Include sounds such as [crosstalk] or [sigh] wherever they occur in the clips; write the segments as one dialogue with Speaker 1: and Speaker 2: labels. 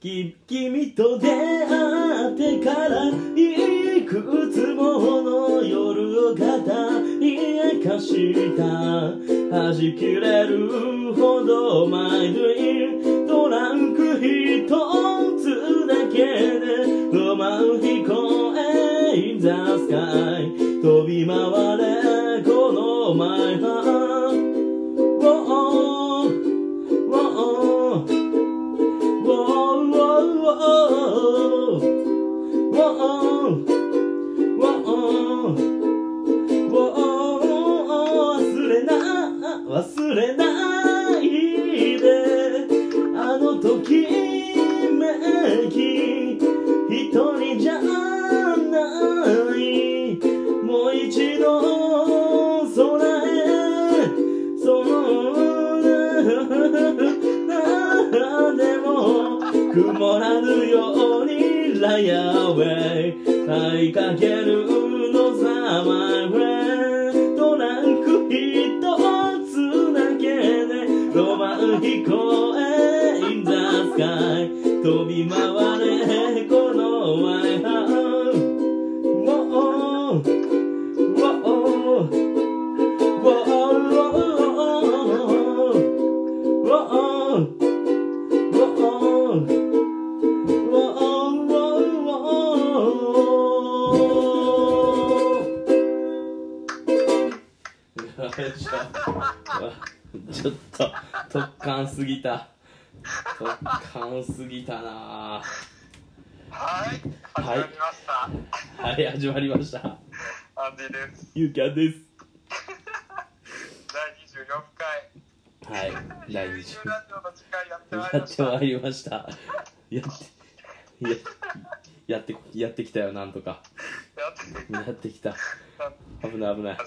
Speaker 1: き君と出会ってからいくつもの夜を語り明かした弾きれるほど毎度トランク一つだけでロマン飛行 in the sky 飛び回れこの my heart Whoa, whoa, whoa, whoa, whoa, whoa, whoa, 忘れな忘れないであのときめき一人じゃないもう一度空へそうでも曇らぬようにライアウェイ追いかけるのさマイフレントランク一つだけでロマン飛行へ in the sky 飛び回れこのマイハウ Whoa, whoa, whoa. ちょっと特感すぎた特感すぎたな
Speaker 2: はい、始まりました。
Speaker 1: はい始まりました
Speaker 2: アンディです。
Speaker 1: ゆうきゃんです
Speaker 2: 第24回、
Speaker 1: はい第
Speaker 2: 優
Speaker 1: 2
Speaker 2: 柔
Speaker 1: 週
Speaker 2: ラジオの時間やってまいり
Speaker 1: や
Speaker 2: ま
Speaker 1: っ
Speaker 2: してた。
Speaker 1: まいりましたやってややってやってきたよなんとか
Speaker 2: やって始
Speaker 1: やってきた危ない危ない
Speaker 2: まり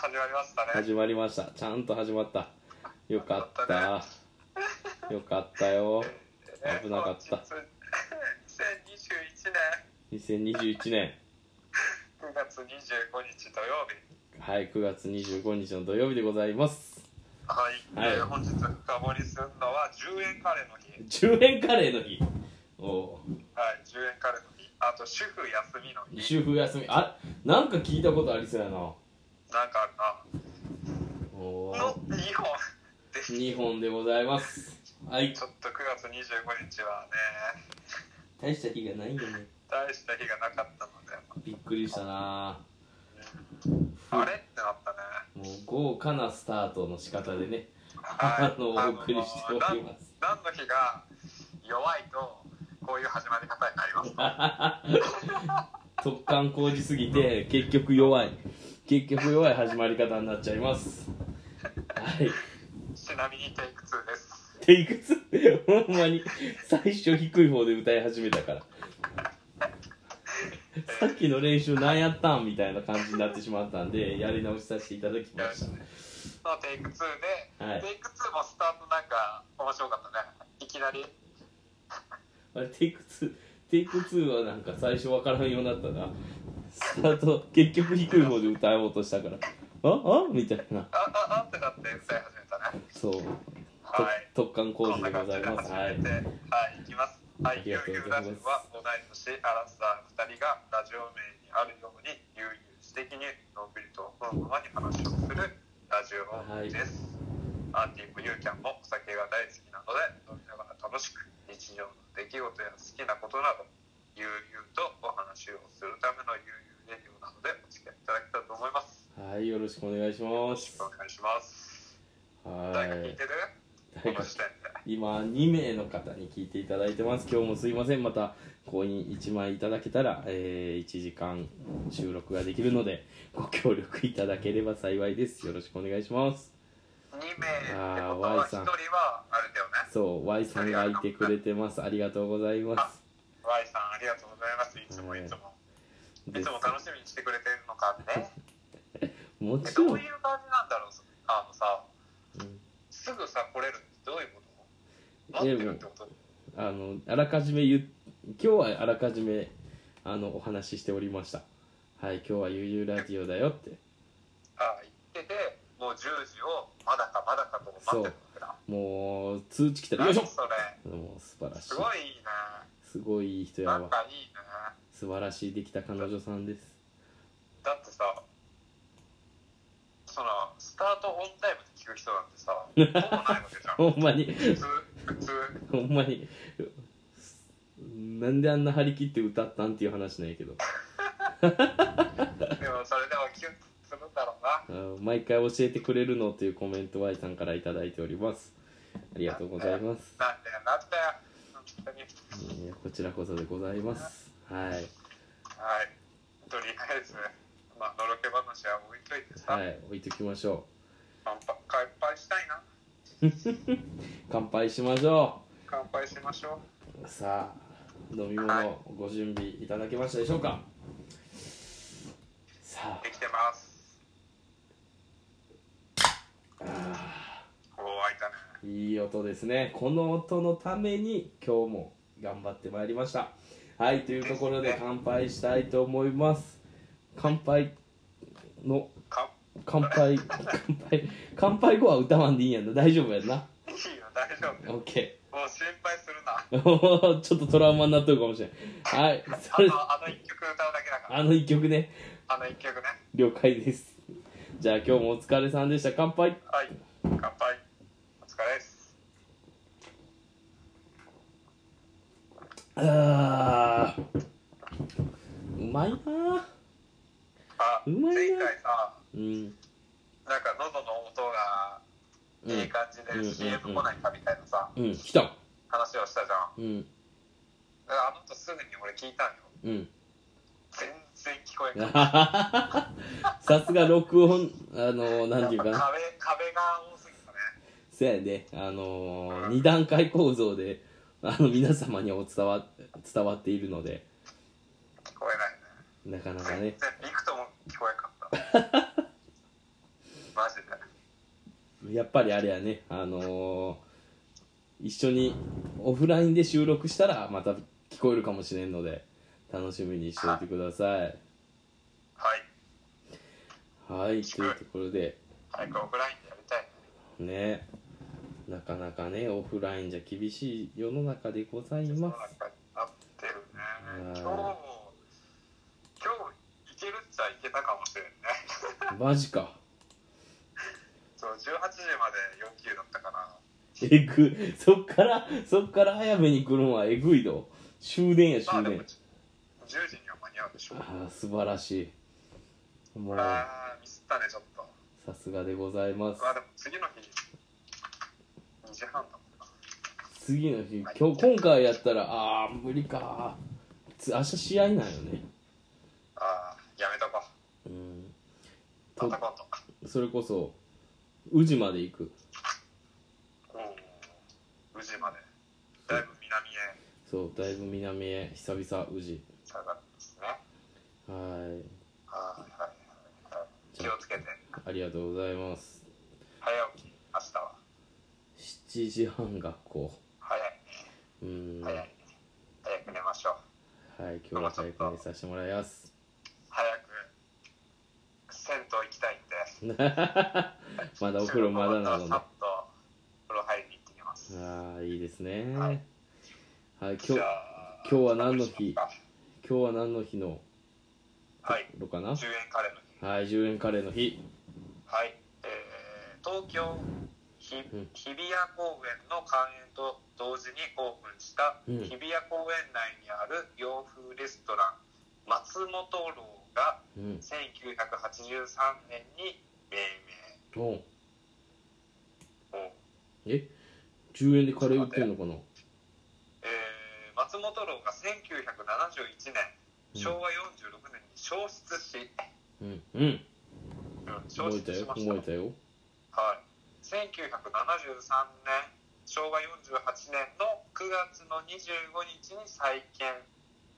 Speaker 2: 始まりましたね。
Speaker 1: 始まりましたちゃんと始まったよかったよかったよ
Speaker 2: えー
Speaker 1: 危なかった
Speaker 2: 本日2021年
Speaker 1: 2021年
Speaker 2: 9月25日土曜日。
Speaker 1: はい9月25日の土曜日でございます
Speaker 2: はい、
Speaker 1: はい
Speaker 2: えー本日深掘りするのは10円カレーの日。
Speaker 1: 10円カレーの日お
Speaker 2: はい、10円カレーの日。あと主婦休みの
Speaker 1: う
Speaker 2: 日。
Speaker 1: 週風休みあなんか聞いたことありそうやな
Speaker 2: なんかあ
Speaker 1: おー
Speaker 2: るな。の2本です。
Speaker 1: 2本でございますはい
Speaker 2: ちょっと9月25日はね、
Speaker 1: 大した日がないよね
Speaker 2: 大した日がなかったので。
Speaker 1: びっくりしたな
Speaker 2: あれってなったね。
Speaker 1: もう豪華なスタートの仕方でね
Speaker 2: はい
Speaker 1: あのお送りしております
Speaker 2: あの何の日が弱いと、こういう始まり方になります。
Speaker 1: 突貫工事すぎて結局弱い結局弱い始まり方になっちゃいますはい [laughs]
Speaker 2: ちなみにテイク2です。
Speaker 1: テイク2ほんまに最初低い方で歌い始めたからさっきの練習なんやったんみたいな感じになってしまったんでやり直しさせていただきま
Speaker 2: よし。
Speaker 1: し
Speaker 2: のテイク2で、
Speaker 1: はい
Speaker 2: テイク2もスタートなんか面白かったね。いきなり。
Speaker 1: たあれテイク2テイク2はなんか最初わからんようになったなスタート結局低い方で歌おうとしたからああみたいな
Speaker 2: あああってなって歌い始めたね。
Speaker 1: そうと
Speaker 2: はい。
Speaker 1: 突貫工
Speaker 2: こ
Speaker 1: 事
Speaker 2: んな
Speaker 1: でご
Speaker 2: 感じ
Speaker 1: ざ
Speaker 2: で
Speaker 1: います
Speaker 2: 始
Speaker 1: はい
Speaker 2: めて、はい、い、きます。は
Speaker 1: あ
Speaker 2: い、
Speaker 1: り
Speaker 2: ゆ
Speaker 1: が
Speaker 2: う
Speaker 1: とう
Speaker 2: ゆう
Speaker 1: ござい
Speaker 2: ラ
Speaker 1: ます
Speaker 2: ジオは同い年アラサー2人がラジオ名にあるように悠々自適にのんびりとそのままに話をするラジオです、アンディもゆうキャンもお酒が大好きなので飲みながら楽しく日常の出来事や好きなことなど悠々とお話をするための悠々レディオなのでお付き合いいただきたいと思います
Speaker 1: はいよろしくお願いします
Speaker 2: お願いします
Speaker 1: は
Speaker 2: 誰か聞い
Speaker 1: い
Speaker 2: てるこの時点で
Speaker 1: 今2名の方に聞いていただいてます今日もすいませんまたコイン1枚いただけたら、え1時間収録ができるのでご協力いただければ幸いですよろしくお願いします
Speaker 2: 2名ってことは1人はあれだよね
Speaker 1: そう Y さんがいてくれてますありがとうございます
Speaker 2: Y さんありがとうございますいつも
Speaker 1: はい
Speaker 2: いつもい
Speaker 1: で
Speaker 2: つも楽しみにしてくれてるのか
Speaker 1: [laughs]
Speaker 2: ね
Speaker 1: も
Speaker 2: え
Speaker 1: ち
Speaker 2: ど
Speaker 1: ろ
Speaker 2: うんいう感じなんだろうあのさ
Speaker 1: うん
Speaker 2: すぐさ来れるってどういうこと待ってるってこと
Speaker 1: あのあらかじめ言う今日はあらかじめあのお話ししておりましたはい今日はゆうゆうラジオだよって
Speaker 2: あ行っててもう10時をまだかまだかと待ってるわけだ
Speaker 1: もう通知来たらよいし
Speaker 2: 何そ
Speaker 1: [laughs]
Speaker 2: れ
Speaker 1: ょもう素晴らし
Speaker 2: す
Speaker 1: い
Speaker 2: ごいいいね
Speaker 1: すごいいい人や
Speaker 2: なん
Speaker 1: わ
Speaker 2: かいいな
Speaker 1: 素晴らしいできた彼女さんです [laughs]
Speaker 2: だってさそのスタートオンタイムで聞く人なんてさほぼないわけじゃん
Speaker 1: ほんまに
Speaker 2: 普通普通
Speaker 1: ほんまになんであんな張り切って歌ったんっていう話なんやけど
Speaker 2: でもそれでもキュンとするんだろうな
Speaker 1: あー毎回教えてくれるのというコメント Y さんから頂いいておりますありがとうございます
Speaker 2: なんだよなんだよ本当に
Speaker 1: えーこちらこそでございますはい
Speaker 2: はいとりあえずまあのろけ話は置いといてさ、
Speaker 1: はい置いときましょ
Speaker 2: 乾杯乾杯したいな
Speaker 1: う乾杯しましょ
Speaker 2: 乾杯しましょ
Speaker 1: うさあ飲み
Speaker 2: は
Speaker 1: 物
Speaker 2: い
Speaker 1: ご準備いただけましたでしょうかさ
Speaker 2: うできてます
Speaker 1: ああ
Speaker 2: おお開いたね
Speaker 1: ーいい音ですねこの音のために今日も頑張ってまいりましたはいというところで乾杯したいと思います乾杯の
Speaker 2: か
Speaker 1: 乾杯乾杯乾杯後は歌わんでいいんやんな大丈夫やんない
Speaker 2: いよ大丈
Speaker 1: OK
Speaker 2: 夫もう心配する
Speaker 1: [laughs]
Speaker 2: な
Speaker 1: ちょっとトラウマになってるかもしれないはいそ
Speaker 2: あ
Speaker 1: れ
Speaker 2: のあの一曲歌うだけだから
Speaker 1: あの一曲ね
Speaker 2: あの一曲ね
Speaker 1: 了解ですじゃあ今日もお疲れさんでした乾杯
Speaker 2: はい乾杯お疲れです
Speaker 1: あーうまいなー
Speaker 2: あ
Speaker 1: うまいな
Speaker 2: 前回さ
Speaker 1: うん
Speaker 2: なんか喉の音が
Speaker 1: うん
Speaker 2: いい感じ
Speaker 1: うんうんうん
Speaker 2: で CM 来ないかみたいなさ
Speaker 1: うん来た
Speaker 2: 話をしたじゃん
Speaker 1: うん
Speaker 2: あの音すぐに俺聞いたんよ
Speaker 1: うん [laughs]
Speaker 2: 全然聞こえ
Speaker 1: あ
Speaker 2: ない
Speaker 1: ははははさすが録音あのー、なんていうか
Speaker 2: やっ
Speaker 1: な
Speaker 2: ぱ壁壁が多すぎたね
Speaker 1: そやねあのー、二段階構造であの皆様にお伝わ伝わっているので
Speaker 2: 聞こえないね
Speaker 1: なかなか
Speaker 2: 全然
Speaker 1: ね
Speaker 2: ビクとも聞こえんかった
Speaker 1: [laughs]
Speaker 2: マジで
Speaker 1: やっぱりあれやねあのー一緒にオフラインで収録したらまた聞こえるかもしれんので楽しみにしておいてください
Speaker 2: はい
Speaker 1: はいというところで
Speaker 2: 早くオフラインでやりたいね
Speaker 1: ねなかなかねオフラインじゃ厳しい世の中でござい
Speaker 2: 世の
Speaker 1: ま
Speaker 2: 中になってる
Speaker 1: うん
Speaker 2: ね今日も今日いけるっちゃいけたかもしれんね
Speaker 1: すマジか
Speaker 2: そう18時まで4級だったかな
Speaker 1: えぐそっからそっから早めに来るんはえぐいど終電や
Speaker 2: まあ
Speaker 1: 終
Speaker 2: でも
Speaker 1: 電
Speaker 2: 10時には間に合うでしょう
Speaker 1: ああ素晴らしいもう
Speaker 2: あーミスったねちょっと
Speaker 1: さすがでございます
Speaker 2: まあでも次の日2時半だもんな
Speaker 1: 次の日今日今回やったらああー無理かつ明日試合なんよね
Speaker 2: あーやめとこう
Speaker 1: うん
Speaker 2: また今度
Speaker 1: それこそ宇治まで行く
Speaker 2: おお宇治までだいぶ南へ
Speaker 1: そうだいぶ南へ久々宇治
Speaker 2: 下がるんですね
Speaker 1: は
Speaker 2: はいはいはいはい気をつけて
Speaker 1: いありがとうございます
Speaker 2: 早起き明日は
Speaker 1: 7時半学校
Speaker 2: 早い
Speaker 1: うんは
Speaker 2: 早い
Speaker 1: い
Speaker 2: ね早く寝ましょう
Speaker 1: 今日は早く寝させてもらいます [laughs]
Speaker 2: 早く銭湯行きたいんで
Speaker 1: [laughs] まだお風呂まだなので
Speaker 2: さっとお風呂入りに行ってきます
Speaker 1: ああいいですねは
Speaker 2: はいい
Speaker 1: 今日
Speaker 2: じゃ
Speaker 1: 今
Speaker 2: あ
Speaker 1: 今日は何の日
Speaker 2: どうします
Speaker 1: 日は何の日の
Speaker 2: かはい
Speaker 1: ろかな
Speaker 2: 10円カレーの日
Speaker 1: はい10円カレーの日
Speaker 2: はい、えー東京ひ
Speaker 1: ん
Speaker 2: 日比谷公園の開園と同時にオープンした
Speaker 1: うん
Speaker 2: 日比谷公園内にある洋風レストラン松本楼が
Speaker 1: うん
Speaker 2: 1983年に命
Speaker 1: おう
Speaker 2: 名を、
Speaker 1: え10円でカレー売ってんのかな
Speaker 2: えー松本楼が1971年
Speaker 1: うん
Speaker 2: 昭和46年に消失し、
Speaker 1: うんうん
Speaker 2: うん消
Speaker 1: 覚えた
Speaker 2: 失し
Speaker 1: よ
Speaker 2: ました
Speaker 1: 覚えたよ
Speaker 2: はい、1973年昭和48年の9月の25日に再建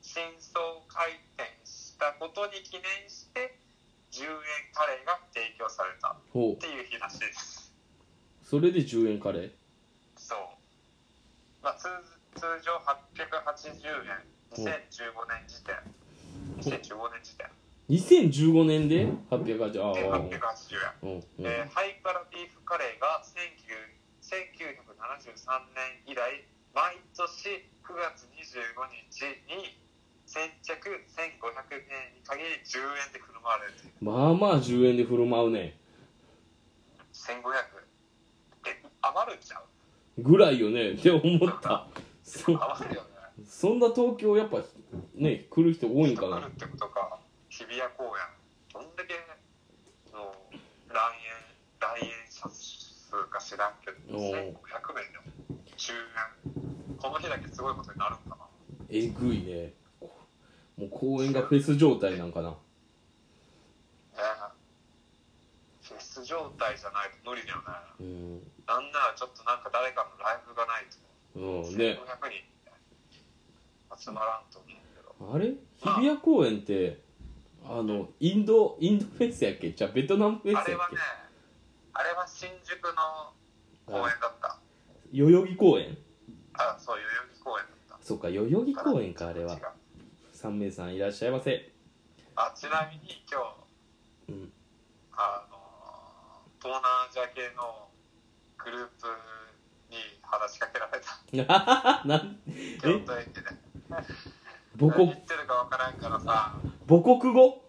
Speaker 2: 新装開店したことに記念して10円カレーが提供されたっ
Speaker 1: ほう
Speaker 2: ていう日らしいです
Speaker 1: それで10円カレー
Speaker 2: そう、まあ、通通常880円2015年時点2015年時点
Speaker 1: 2015年で880あ
Speaker 2: で
Speaker 1: あ
Speaker 2: 880
Speaker 1: う
Speaker 2: 円
Speaker 1: んうん
Speaker 2: えーハイカラビーフカレーが19 1973年以来毎年9月25日に先着1500円に限り10円で振る舞われるという
Speaker 1: まあまあ10円で振る舞うね
Speaker 2: 1500え余るんちゃう
Speaker 1: ぐらいよねって思ったそ
Speaker 2: 余るよね
Speaker 1: そんな東京やっぱね来る人多いんか
Speaker 2: あ
Speaker 1: な
Speaker 2: るってことか日比谷公園どんだけの来園来園者数か知らんけど
Speaker 1: おう
Speaker 2: 1500名でも10円この日だけすごいことになるんかな
Speaker 1: えぐいねもう公園がフェス状態なんかな
Speaker 2: ねフェス状態じゃないと無理だよね
Speaker 1: うん、
Speaker 2: なんならちょっとなんか誰かのライブがないと
Speaker 1: うん、
Speaker 2: 1500
Speaker 1: ね
Speaker 2: 人集まらんと思うけど
Speaker 1: あれ日比谷公園ってあのインドインドフェスやっけじゃあベトナムフェスや
Speaker 2: あ
Speaker 1: っけ
Speaker 2: れはねあれは新宿の公園だった
Speaker 1: 代々木公園
Speaker 2: あそう代々木公園だった
Speaker 1: そっか代々木公園かあれは
Speaker 2: 違う
Speaker 1: 3名さんいらっしゃいませ
Speaker 2: あちなみに今
Speaker 1: う
Speaker 2: 日、
Speaker 1: ん
Speaker 2: あの東南アジア系のグループに話しかけられた
Speaker 1: [laughs] なん
Speaker 2: 京都駅で
Speaker 1: 母
Speaker 2: 何言
Speaker 1: 国
Speaker 2: ってるかわからんからさ
Speaker 1: [laughs] 母国語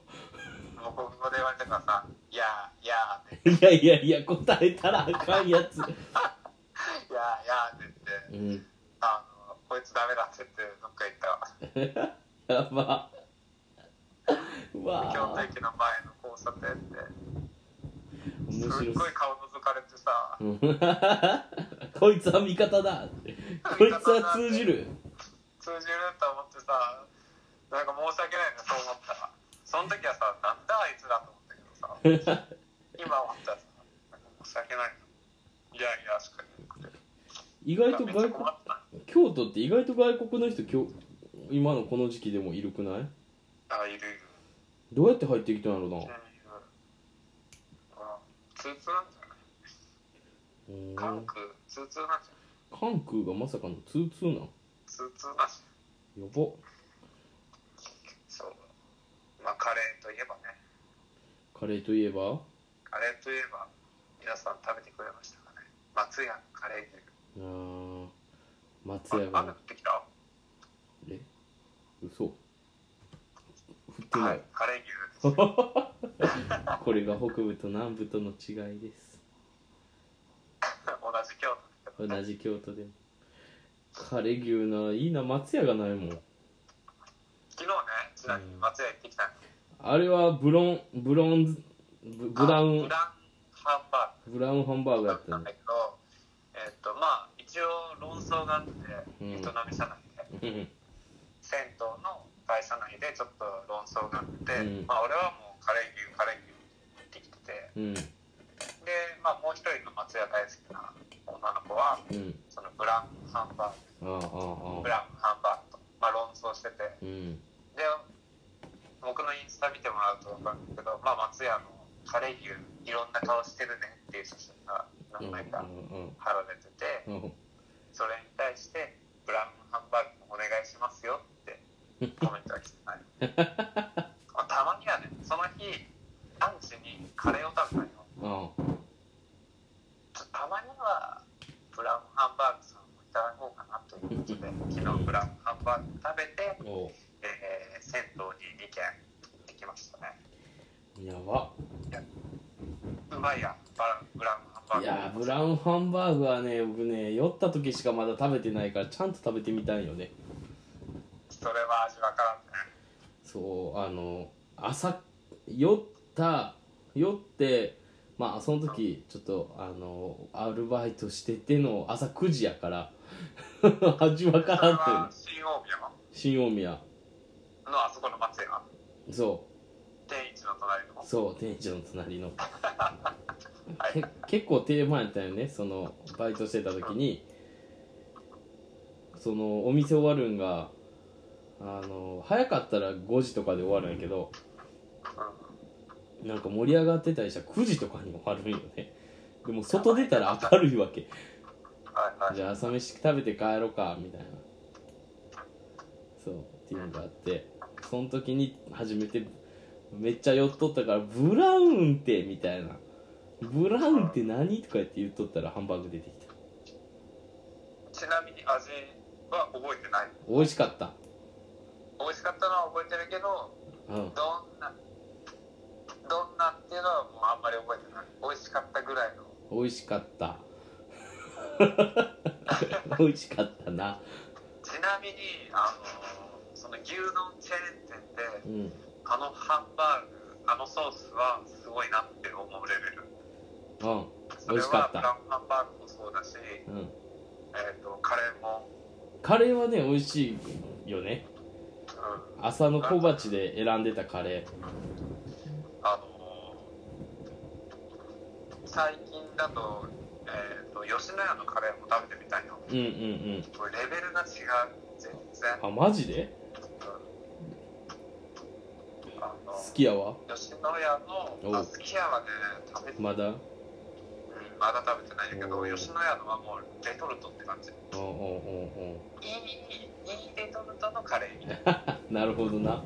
Speaker 2: 母国語で言われたからさ「いやーいやー」って
Speaker 1: いやいやいや答えたらあかんやつ、
Speaker 2: 「いやーいやー」って言って
Speaker 1: うん、
Speaker 2: 「あのこいつダメだ」って言ってどっか行ったわ
Speaker 1: やばう
Speaker 2: 京
Speaker 1: わ
Speaker 2: 都
Speaker 1: あ
Speaker 2: 駅の前の交差点で
Speaker 1: 面
Speaker 2: す
Speaker 1: 白
Speaker 2: っ
Speaker 1: い
Speaker 2: ごい顔覗かれてさ
Speaker 1: うん [laughs] こいつは味方だこいつは通じる
Speaker 2: 通じると思ってさなんか申し訳ないねそう思ったらその時はさなんだあいつだと思ったけどさ今思ったらさなんか申し訳ないないやいやしか言えなくて
Speaker 1: 意外と
Speaker 2: めっちゃ
Speaker 1: 外
Speaker 2: 困
Speaker 1: 国
Speaker 2: った
Speaker 1: 京都って意外と外国の人今日今のこの時期でもいるくない
Speaker 2: あいるいる
Speaker 1: どうやって入ってきたんやろ
Speaker 2: い
Speaker 1: な
Speaker 2: るいるあ通通なんじゃない
Speaker 1: うん
Speaker 2: 韓国通通なんじゃない
Speaker 1: 関空がまさかの通通なんや
Speaker 2: 通通なんじゃない
Speaker 1: ば
Speaker 2: そうまあカレーといえばね
Speaker 1: カレーといえば
Speaker 2: カレーといえば皆さん食べてくれましたかね松屋のカレー牛
Speaker 1: あー松
Speaker 2: あ
Speaker 1: 屋
Speaker 2: 雨降
Speaker 1: が
Speaker 2: ってきた
Speaker 1: え嘘降ってな
Speaker 2: はいい、カレー牛です [laughs]
Speaker 1: これが北部と南部との違いです
Speaker 2: 同じ京都だけど、ね、
Speaker 1: 同じ京都でもカレー牛ないいな松屋がないもん
Speaker 2: 昨日ねちなみに松屋行ってきたんです
Speaker 1: あれはブロンブロンズブブラウン
Speaker 2: ブラウンハンバ
Speaker 1: ブラウンハンバー
Speaker 2: ーグ
Speaker 1: グ
Speaker 2: だ
Speaker 1: や
Speaker 2: っ
Speaker 1: ったた
Speaker 2: んだ
Speaker 1: ね
Speaker 2: けどえっとまあ一応論争があって
Speaker 1: うん
Speaker 2: 営み社内で、
Speaker 1: うん
Speaker 2: 銭湯の会社内でちょっと論争があって、
Speaker 1: うん
Speaker 2: まあ俺はもうカレー牛カレー牛って言ってきてて
Speaker 1: うん
Speaker 2: でまあもう一人の松屋大好きな女の子は
Speaker 1: うん
Speaker 2: そのブラウンハンバ
Speaker 1: ああ
Speaker 2: ー
Speaker 1: あ
Speaker 2: グブ
Speaker 1: あああ
Speaker 2: ラウンハンバーグと、まあ、論争してて
Speaker 1: うん
Speaker 2: で僕のインスタ見てもらうと分かるんですけど、まあ、松屋のカレー牛いろんな顔してるねっていう写真が
Speaker 1: うん
Speaker 2: 何枚か
Speaker 1: う
Speaker 2: 貼られてて
Speaker 1: んうん
Speaker 2: それに対して「ブラウンハンバーグもお願いしますよ」ってコメントが来て
Speaker 1: [laughs]
Speaker 2: ないまあたまにはねその日ランチにカレーを食べたのよ
Speaker 1: あ
Speaker 2: ちょたまにはブラウンハンバーグさんもいただこうかなということで昨日ブラウンハンバーグ食べて、
Speaker 1: あお
Speaker 2: えー銭湯に2軒行ってきましたね
Speaker 1: うやば
Speaker 2: うまいやバラブラウンハンバーグ
Speaker 1: いやーブラウンハンバーグはね僕ね酔った時しかまだ食べてないからちゃんと食べてみたいよね
Speaker 2: それは味わからんね
Speaker 1: そうあの朝酔った酔ってまあその時ちょっとあのアルバイトしてての朝9時やから [laughs] 味わか
Speaker 2: それ
Speaker 1: らんっ
Speaker 2: は
Speaker 1: て
Speaker 2: 新大宮の
Speaker 1: 新大宮
Speaker 2: あそこの松屋
Speaker 1: そ
Speaker 2: 天一の隣の
Speaker 1: うそう店長の隣の
Speaker 2: はい
Speaker 1: け結構定番やったよねそのバイトしてた時にそのお店終わるんがあの早かったら5時とかで終わるんやけどなんか盛り上がってたりしたら9時とかに終わるんよねでも外出たら明るいわけ
Speaker 2: はいはい
Speaker 1: じゃあ朝飯食べて帰ろうかみたいなそうっていうのがあってその時に初めてめっちゃ酔っとったから「ブラウンって」みたいな「ブラウンって何?」とか言って言っとったらハンバーグ出てきた
Speaker 2: ちちなみに味は覚えてない
Speaker 1: 美味しかった
Speaker 2: 美味しかったのは覚えてるけど
Speaker 1: うん
Speaker 2: どんなどんなっていうのはもうあんまり覚えてない美味しかったぐらいの
Speaker 1: 美味しかった [laughs] 美味しかったな
Speaker 2: ちなみにあのその牛丼チェーン店で
Speaker 1: うん
Speaker 2: あのハンバーグあのソースはすごいなって思うレベル
Speaker 1: うん
Speaker 2: そ
Speaker 1: 美
Speaker 2: れ
Speaker 1: 味しか
Speaker 2: は
Speaker 1: っ
Speaker 2: ブ
Speaker 1: た
Speaker 2: ラウンハンバーグもそうだし、え
Speaker 1: うん
Speaker 2: ー、とカレーも、
Speaker 1: カレーはね美味しいよね
Speaker 2: うん、
Speaker 1: 朝の小鉢で選んでたカレ
Speaker 2: あの最近だと,、えー、と吉野家のカレーも食べてみたいよ
Speaker 1: ーうんうんうん
Speaker 2: これレベルが違う全然
Speaker 1: あマジで
Speaker 2: あの
Speaker 1: 好きやわ
Speaker 2: 吉野家の
Speaker 1: おう
Speaker 2: あ好きやはね食べて、うん
Speaker 1: まだ
Speaker 2: まだ食べてないんだけ
Speaker 1: お
Speaker 2: ど
Speaker 1: う
Speaker 2: 吉野家のはもうレトルトって感じい
Speaker 1: うんうんうんうん
Speaker 2: いいいレトルトのカレーみたい
Speaker 1: なるほどな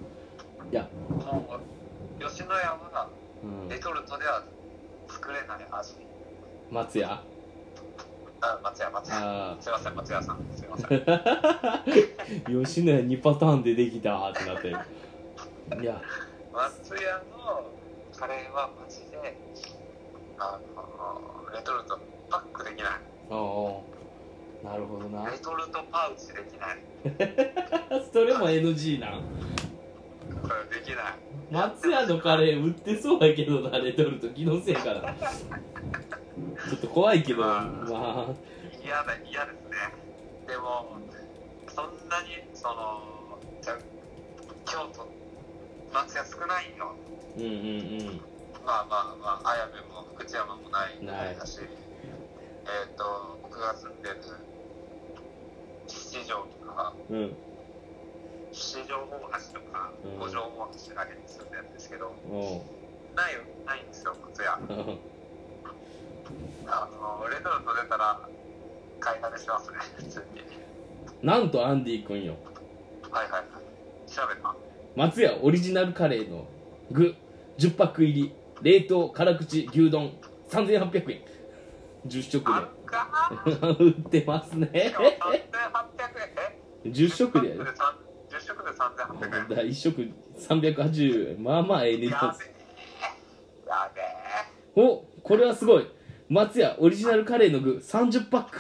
Speaker 2: なもう吉野家は
Speaker 1: うん
Speaker 2: レトルトでは作れない味
Speaker 1: 松屋
Speaker 2: あ松屋松屋
Speaker 1: あ
Speaker 2: すいません松屋さんすいま
Speaker 1: [laughs]
Speaker 2: せんうん
Speaker 1: あ吉野家2パターンでできたーってなってるいや
Speaker 2: 松屋のカレーはマジであのレトルトパックできない
Speaker 1: ああなるほどな [laughs]
Speaker 2: レトルトパウチできない
Speaker 1: それも NG な
Speaker 2: これできない
Speaker 1: 松屋のカレー売ってそうやけどなレトルト気のせいからちょっと怖いけど
Speaker 2: まあ
Speaker 1: まあ
Speaker 2: 嫌だ嫌ですねでもそんなにそのじゃ京都松屋少ないよ
Speaker 1: うんうんうん
Speaker 2: まあまあまあ綾部も福知山もない
Speaker 1: ない
Speaker 2: だしえっ、と僕が住んでる七条とか
Speaker 1: うん
Speaker 2: 七条大橋とか
Speaker 1: うん
Speaker 2: 五条大橋だけに住んでるんですけど、
Speaker 1: おう [laughs]
Speaker 2: ないよないんですよ松屋
Speaker 1: うん
Speaker 2: あのレトルト出たら買いだめしますね普通に
Speaker 1: なんとアンディ君よ
Speaker 2: はいはいはい調べた
Speaker 1: 松屋オリジナルカレーの具10パック入り冷凍辛口牛丼3800円10食
Speaker 2: あるかな
Speaker 1: で [laughs] 売ってますね
Speaker 2: しかも3800円
Speaker 1: 10食で
Speaker 2: 10食で3800円
Speaker 1: 1食380円まあまあええ値
Speaker 2: や
Speaker 1: 段
Speaker 2: べえやべ
Speaker 1: おこれはすごい松屋オリジナルカレーの具30パック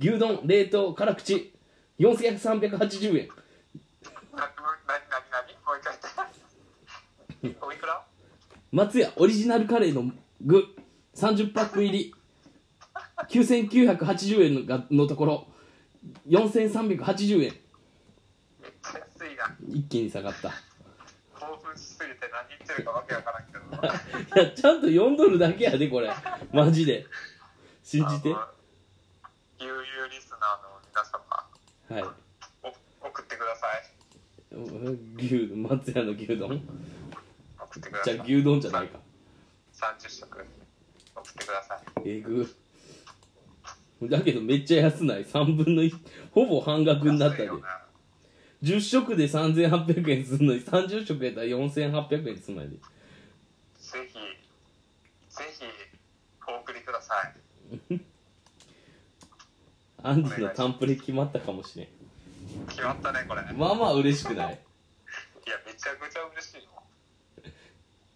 Speaker 1: 牛丼冷凍辛口4380円
Speaker 2: えななになになにもう一回言っておいくら
Speaker 1: 松屋オリジナルカレーの具30パック入り9980円のがのところ4380円
Speaker 2: めっちゃ安いな
Speaker 1: 一気に下がったい
Speaker 2: 興奮しすぎて何言ってるかわけわからんけど
Speaker 1: やちゃんと4ドルだけやでこれマジで信じて
Speaker 2: あ
Speaker 1: は
Speaker 2: の悠々リスナーの皆様
Speaker 1: い
Speaker 2: お送ってください
Speaker 1: 牛松屋の牛丼
Speaker 2: 送ってくださ
Speaker 1: じゃ
Speaker 2: い
Speaker 1: あ牛丼じゃないか
Speaker 2: 30食送ってください
Speaker 1: えぐだけどめっちゃ安ない3分の1ほぼ半額になったで
Speaker 2: 安いよね
Speaker 1: 10食で3800円すんのに30食やったら4800円すんのやで
Speaker 2: ぜひぜひお送りください
Speaker 1: アンディのタンプレ決まったかもしれん
Speaker 2: 決まったねこれい
Speaker 1: まあまあ嬉しくない
Speaker 2: やめちゃくちゃ嬉しいよ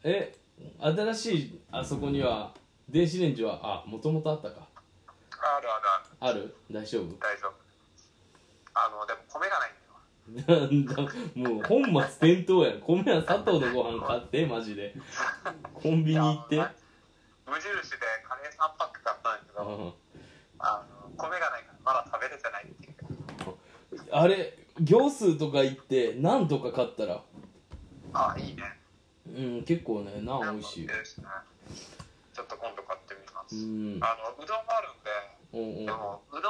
Speaker 1: え新しいあそこには電子レンジはあもともとあったか
Speaker 2: ある
Speaker 1: あ
Speaker 2: あるある
Speaker 1: る大丈夫 [laughs]
Speaker 2: 大丈夫あのでも米がないんだよ
Speaker 1: なんだもう本末転倒やん米は砂糖のご飯買ってマジでコンビニ行って
Speaker 2: いや無印でカレー3パック買ったんだけ
Speaker 1: う
Speaker 2: ど
Speaker 1: ん
Speaker 2: あの米がないからまだ食べれてないっていう
Speaker 1: あれ行数とか行って何とか買ったら
Speaker 2: ああいいね
Speaker 1: うん結構ねナン美味しいよ
Speaker 2: なんか売ってるしねちょっと今度買ってみます、
Speaker 1: うん
Speaker 2: あのうどんもあるん
Speaker 1: うん
Speaker 2: で
Speaker 1: うん
Speaker 2: でもうどん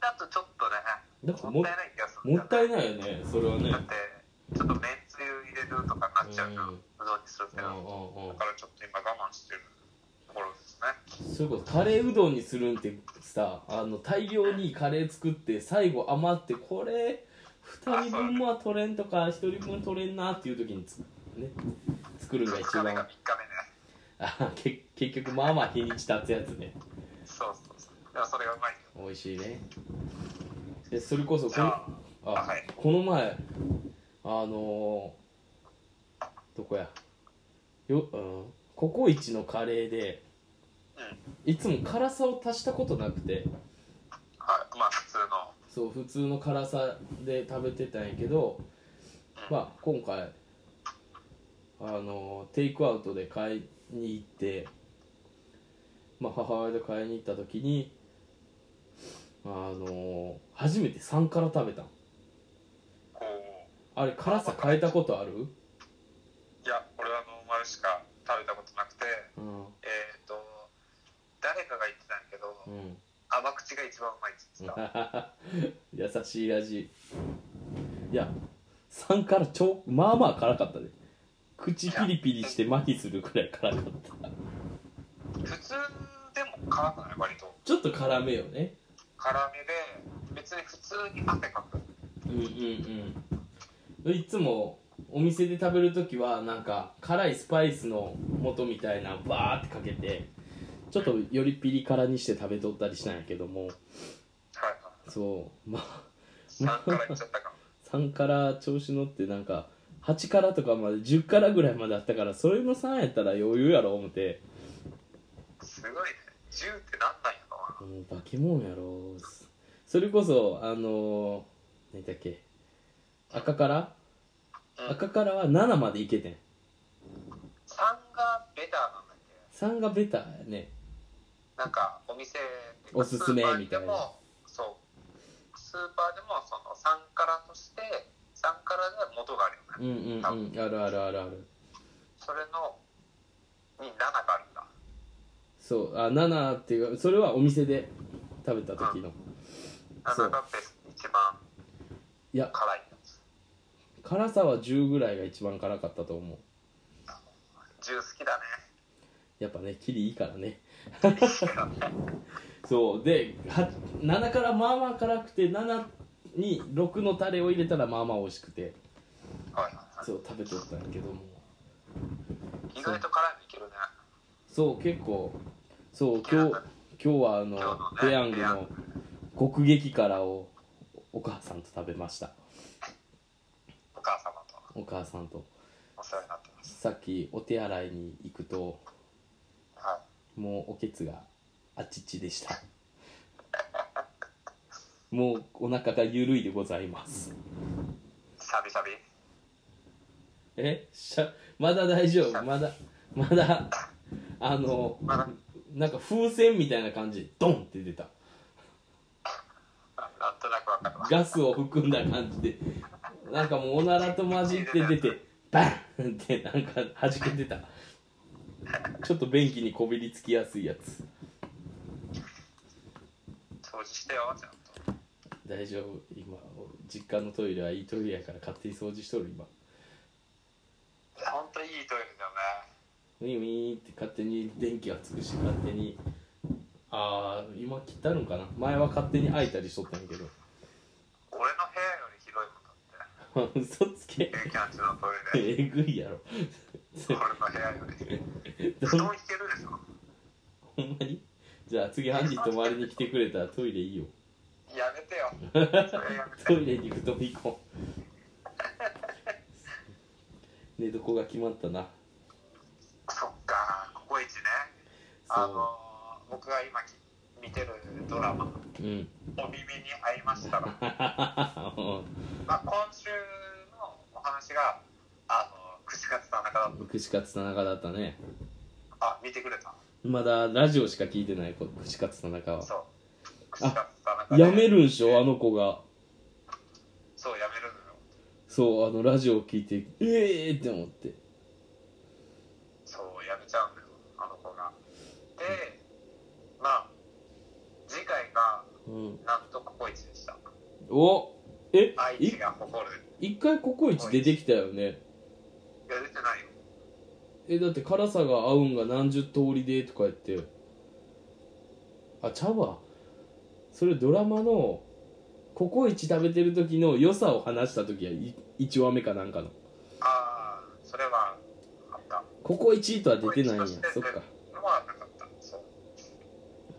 Speaker 2: だとちょっとね
Speaker 1: だからも
Speaker 2: もったいない気がするん
Speaker 1: も
Speaker 2: だよね
Speaker 1: ったいないよねそれはね
Speaker 2: だってちょっとめんつゆ入れるとかになっちゃうじゃん、
Speaker 1: う
Speaker 2: うんどんにするけ
Speaker 1: う
Speaker 2: ど、
Speaker 1: んうんうん
Speaker 2: だからちょっと今我慢してるところですね
Speaker 1: それこそカレーうどんにするんってさあの大量にカレー作って最後余ってこれ2人分は取れんとか1人分取れんなっていう時につ、ね、作るのが一
Speaker 2: 2日目が3
Speaker 1: 番
Speaker 2: 日目ね
Speaker 1: あけ結局まあまあ日にち経つやつね
Speaker 2: そうそうそうでもそれがうまいよ
Speaker 1: 美味しいねえそれこそこ
Speaker 2: じゃ
Speaker 1: の
Speaker 2: あ
Speaker 1: あ、
Speaker 2: あはい
Speaker 1: この前あのー、どこやよ、うん、ココイチのカレーで
Speaker 2: うん
Speaker 1: いつも辛さを足したことなくて
Speaker 2: はいまあ普通の
Speaker 1: そう普通の辛さで食べてたんやけど、まあ、今回あのテイクアウトで買いに行って、まあ、母親で買いに行った時にあの初めて3辛食べたん
Speaker 2: こ
Speaker 1: あれ辛さ変えたことある
Speaker 2: ういや俺はノーマルしか食べたことなくて
Speaker 1: うん
Speaker 2: えっ、と誰かが言ってたんやけど、
Speaker 1: うん [laughs]
Speaker 2: 甘口が一番うまいって言ってた
Speaker 1: 優しい味いや3辛超まあまあ辛かったで口ピリピリして麻痺するくらい辛かった
Speaker 2: 普通でも辛くない割と
Speaker 1: ちょっと辛めよね
Speaker 2: 辛めで別に普通に汗かく
Speaker 1: うんうんうんいつもお店で食べる時はなんか辛いスパイスの素みたいなのバーってかけてちょっとよりピリ辛にして食べとったりしたんやけども
Speaker 2: はいはい
Speaker 1: そうまあ
Speaker 2: 3からいっちゃったかも
Speaker 1: 3から調子乗ってなんか8からとかまで10からぐらいまであったからそれの3やったら余裕やろ思って
Speaker 2: すごいね10ってなんなんやろな
Speaker 1: もう化け物やろそれこそあのー、何だっけ赤から
Speaker 2: うん
Speaker 1: 赤からは7までいけてん
Speaker 2: 3がベターなんだっけ
Speaker 1: 3がベターやね
Speaker 2: なんかお店
Speaker 1: おすすめみたいな
Speaker 2: スーパーでもそうスーパーでもその3からとして3からで元があるよ
Speaker 1: う
Speaker 2: ね、
Speaker 1: んうんうんあるあるあるある
Speaker 2: それのに7があるんだ
Speaker 1: そうあ7っていうかそれはお店で食べた時のそう
Speaker 2: 7がベスト一番
Speaker 1: いや
Speaker 2: 辛いやつ
Speaker 1: 辛さは10ぐらいが一番辛かったと思う
Speaker 2: 10好きだね
Speaker 1: やっぱねキリいいからねそうでは7からまあまあ辛くて7に6のタレを入れたらまあまあ美味しくて
Speaker 2: はいはいは
Speaker 1: そう食べとったんやけども
Speaker 2: い意外と辛いのいけるね
Speaker 1: そう結構そう今日今日はあ
Speaker 2: 今
Speaker 1: の
Speaker 2: 日のね
Speaker 1: ペヤング
Speaker 2: ペヤン
Speaker 1: の極激辛をお母さんと食べました
Speaker 2: お母様と
Speaker 1: お母さんと
Speaker 2: お世話になってます
Speaker 1: さっきお手洗いに行くと
Speaker 2: はい
Speaker 1: もうおけつがあっちっちでしたもうお腹がゆるいでございます
Speaker 2: しゃびしゃび
Speaker 1: えしゃまだ大丈夫まだまだあの
Speaker 2: まだ
Speaker 1: なんか風船みたいな感じでドンって出た
Speaker 2: なんとなくわかるわ
Speaker 1: ガスを含んだ感じでなんかもうおならと混じって出てバンってなんか弾けてたちょっと便器にこびりつきやすいやつ
Speaker 2: 掃除してよちゃんと
Speaker 1: 大丈夫今実家のトイレはいいトイレやから勝手に掃除しとる今
Speaker 2: ほんといいトイレだよね
Speaker 1: ウィンウィンって勝手に電気がつくし勝手にああ今切ったるんかな前は勝手に開いたりしとったんやけど
Speaker 2: 俺の部屋より広いもんだって
Speaker 1: 嘘つけ
Speaker 2: ゆうきゃんちのトイレ
Speaker 1: えぐいやろ
Speaker 2: 俺の部屋より
Speaker 1: ど
Speaker 2: 布
Speaker 1: ん
Speaker 2: 団引けるでしょ
Speaker 1: ほんまにじゃあ次ハンジ泊まりに来てくれたらトイレいいよ
Speaker 2: やめてよそれや
Speaker 1: ト
Speaker 2: めて
Speaker 1: イレに行くと行こう寝床が決まったな
Speaker 2: そっかココイチねあの僕が今き見てるドラマ
Speaker 1: うん [laughs]
Speaker 2: 「お耳に合いましたら」まあ、今週のお話があの串カツ田中だと
Speaker 1: 串カツ田中だったね
Speaker 2: あ見てくれた
Speaker 1: まだラジオしか聞いてないこ串カツ田中は
Speaker 2: そう串カツ田中で
Speaker 1: やめるんしょあの子が
Speaker 2: そうやめるのよ
Speaker 1: そうあのラジオを聞いてええー、って思って
Speaker 2: そうやめちゃうんだよあの子がでまあ次回が
Speaker 1: うん
Speaker 2: なんとココイチでした
Speaker 1: おえ
Speaker 2: 愛
Speaker 1: い
Speaker 2: 知が誇る
Speaker 1: 一回ココイチ出てきたよね
Speaker 2: いや出てないよ
Speaker 1: えだって辛さが合うんが何十通りでとか言ってあちゃうわそれドラマのココイチ食べてる時の良さを話した時はい1話目かなんかの
Speaker 2: ああそれはあった
Speaker 1: ココイチとは出てないんや
Speaker 2: ココイチとし
Speaker 1: そ
Speaker 2: て
Speaker 1: っか
Speaker 2: のはなかったそう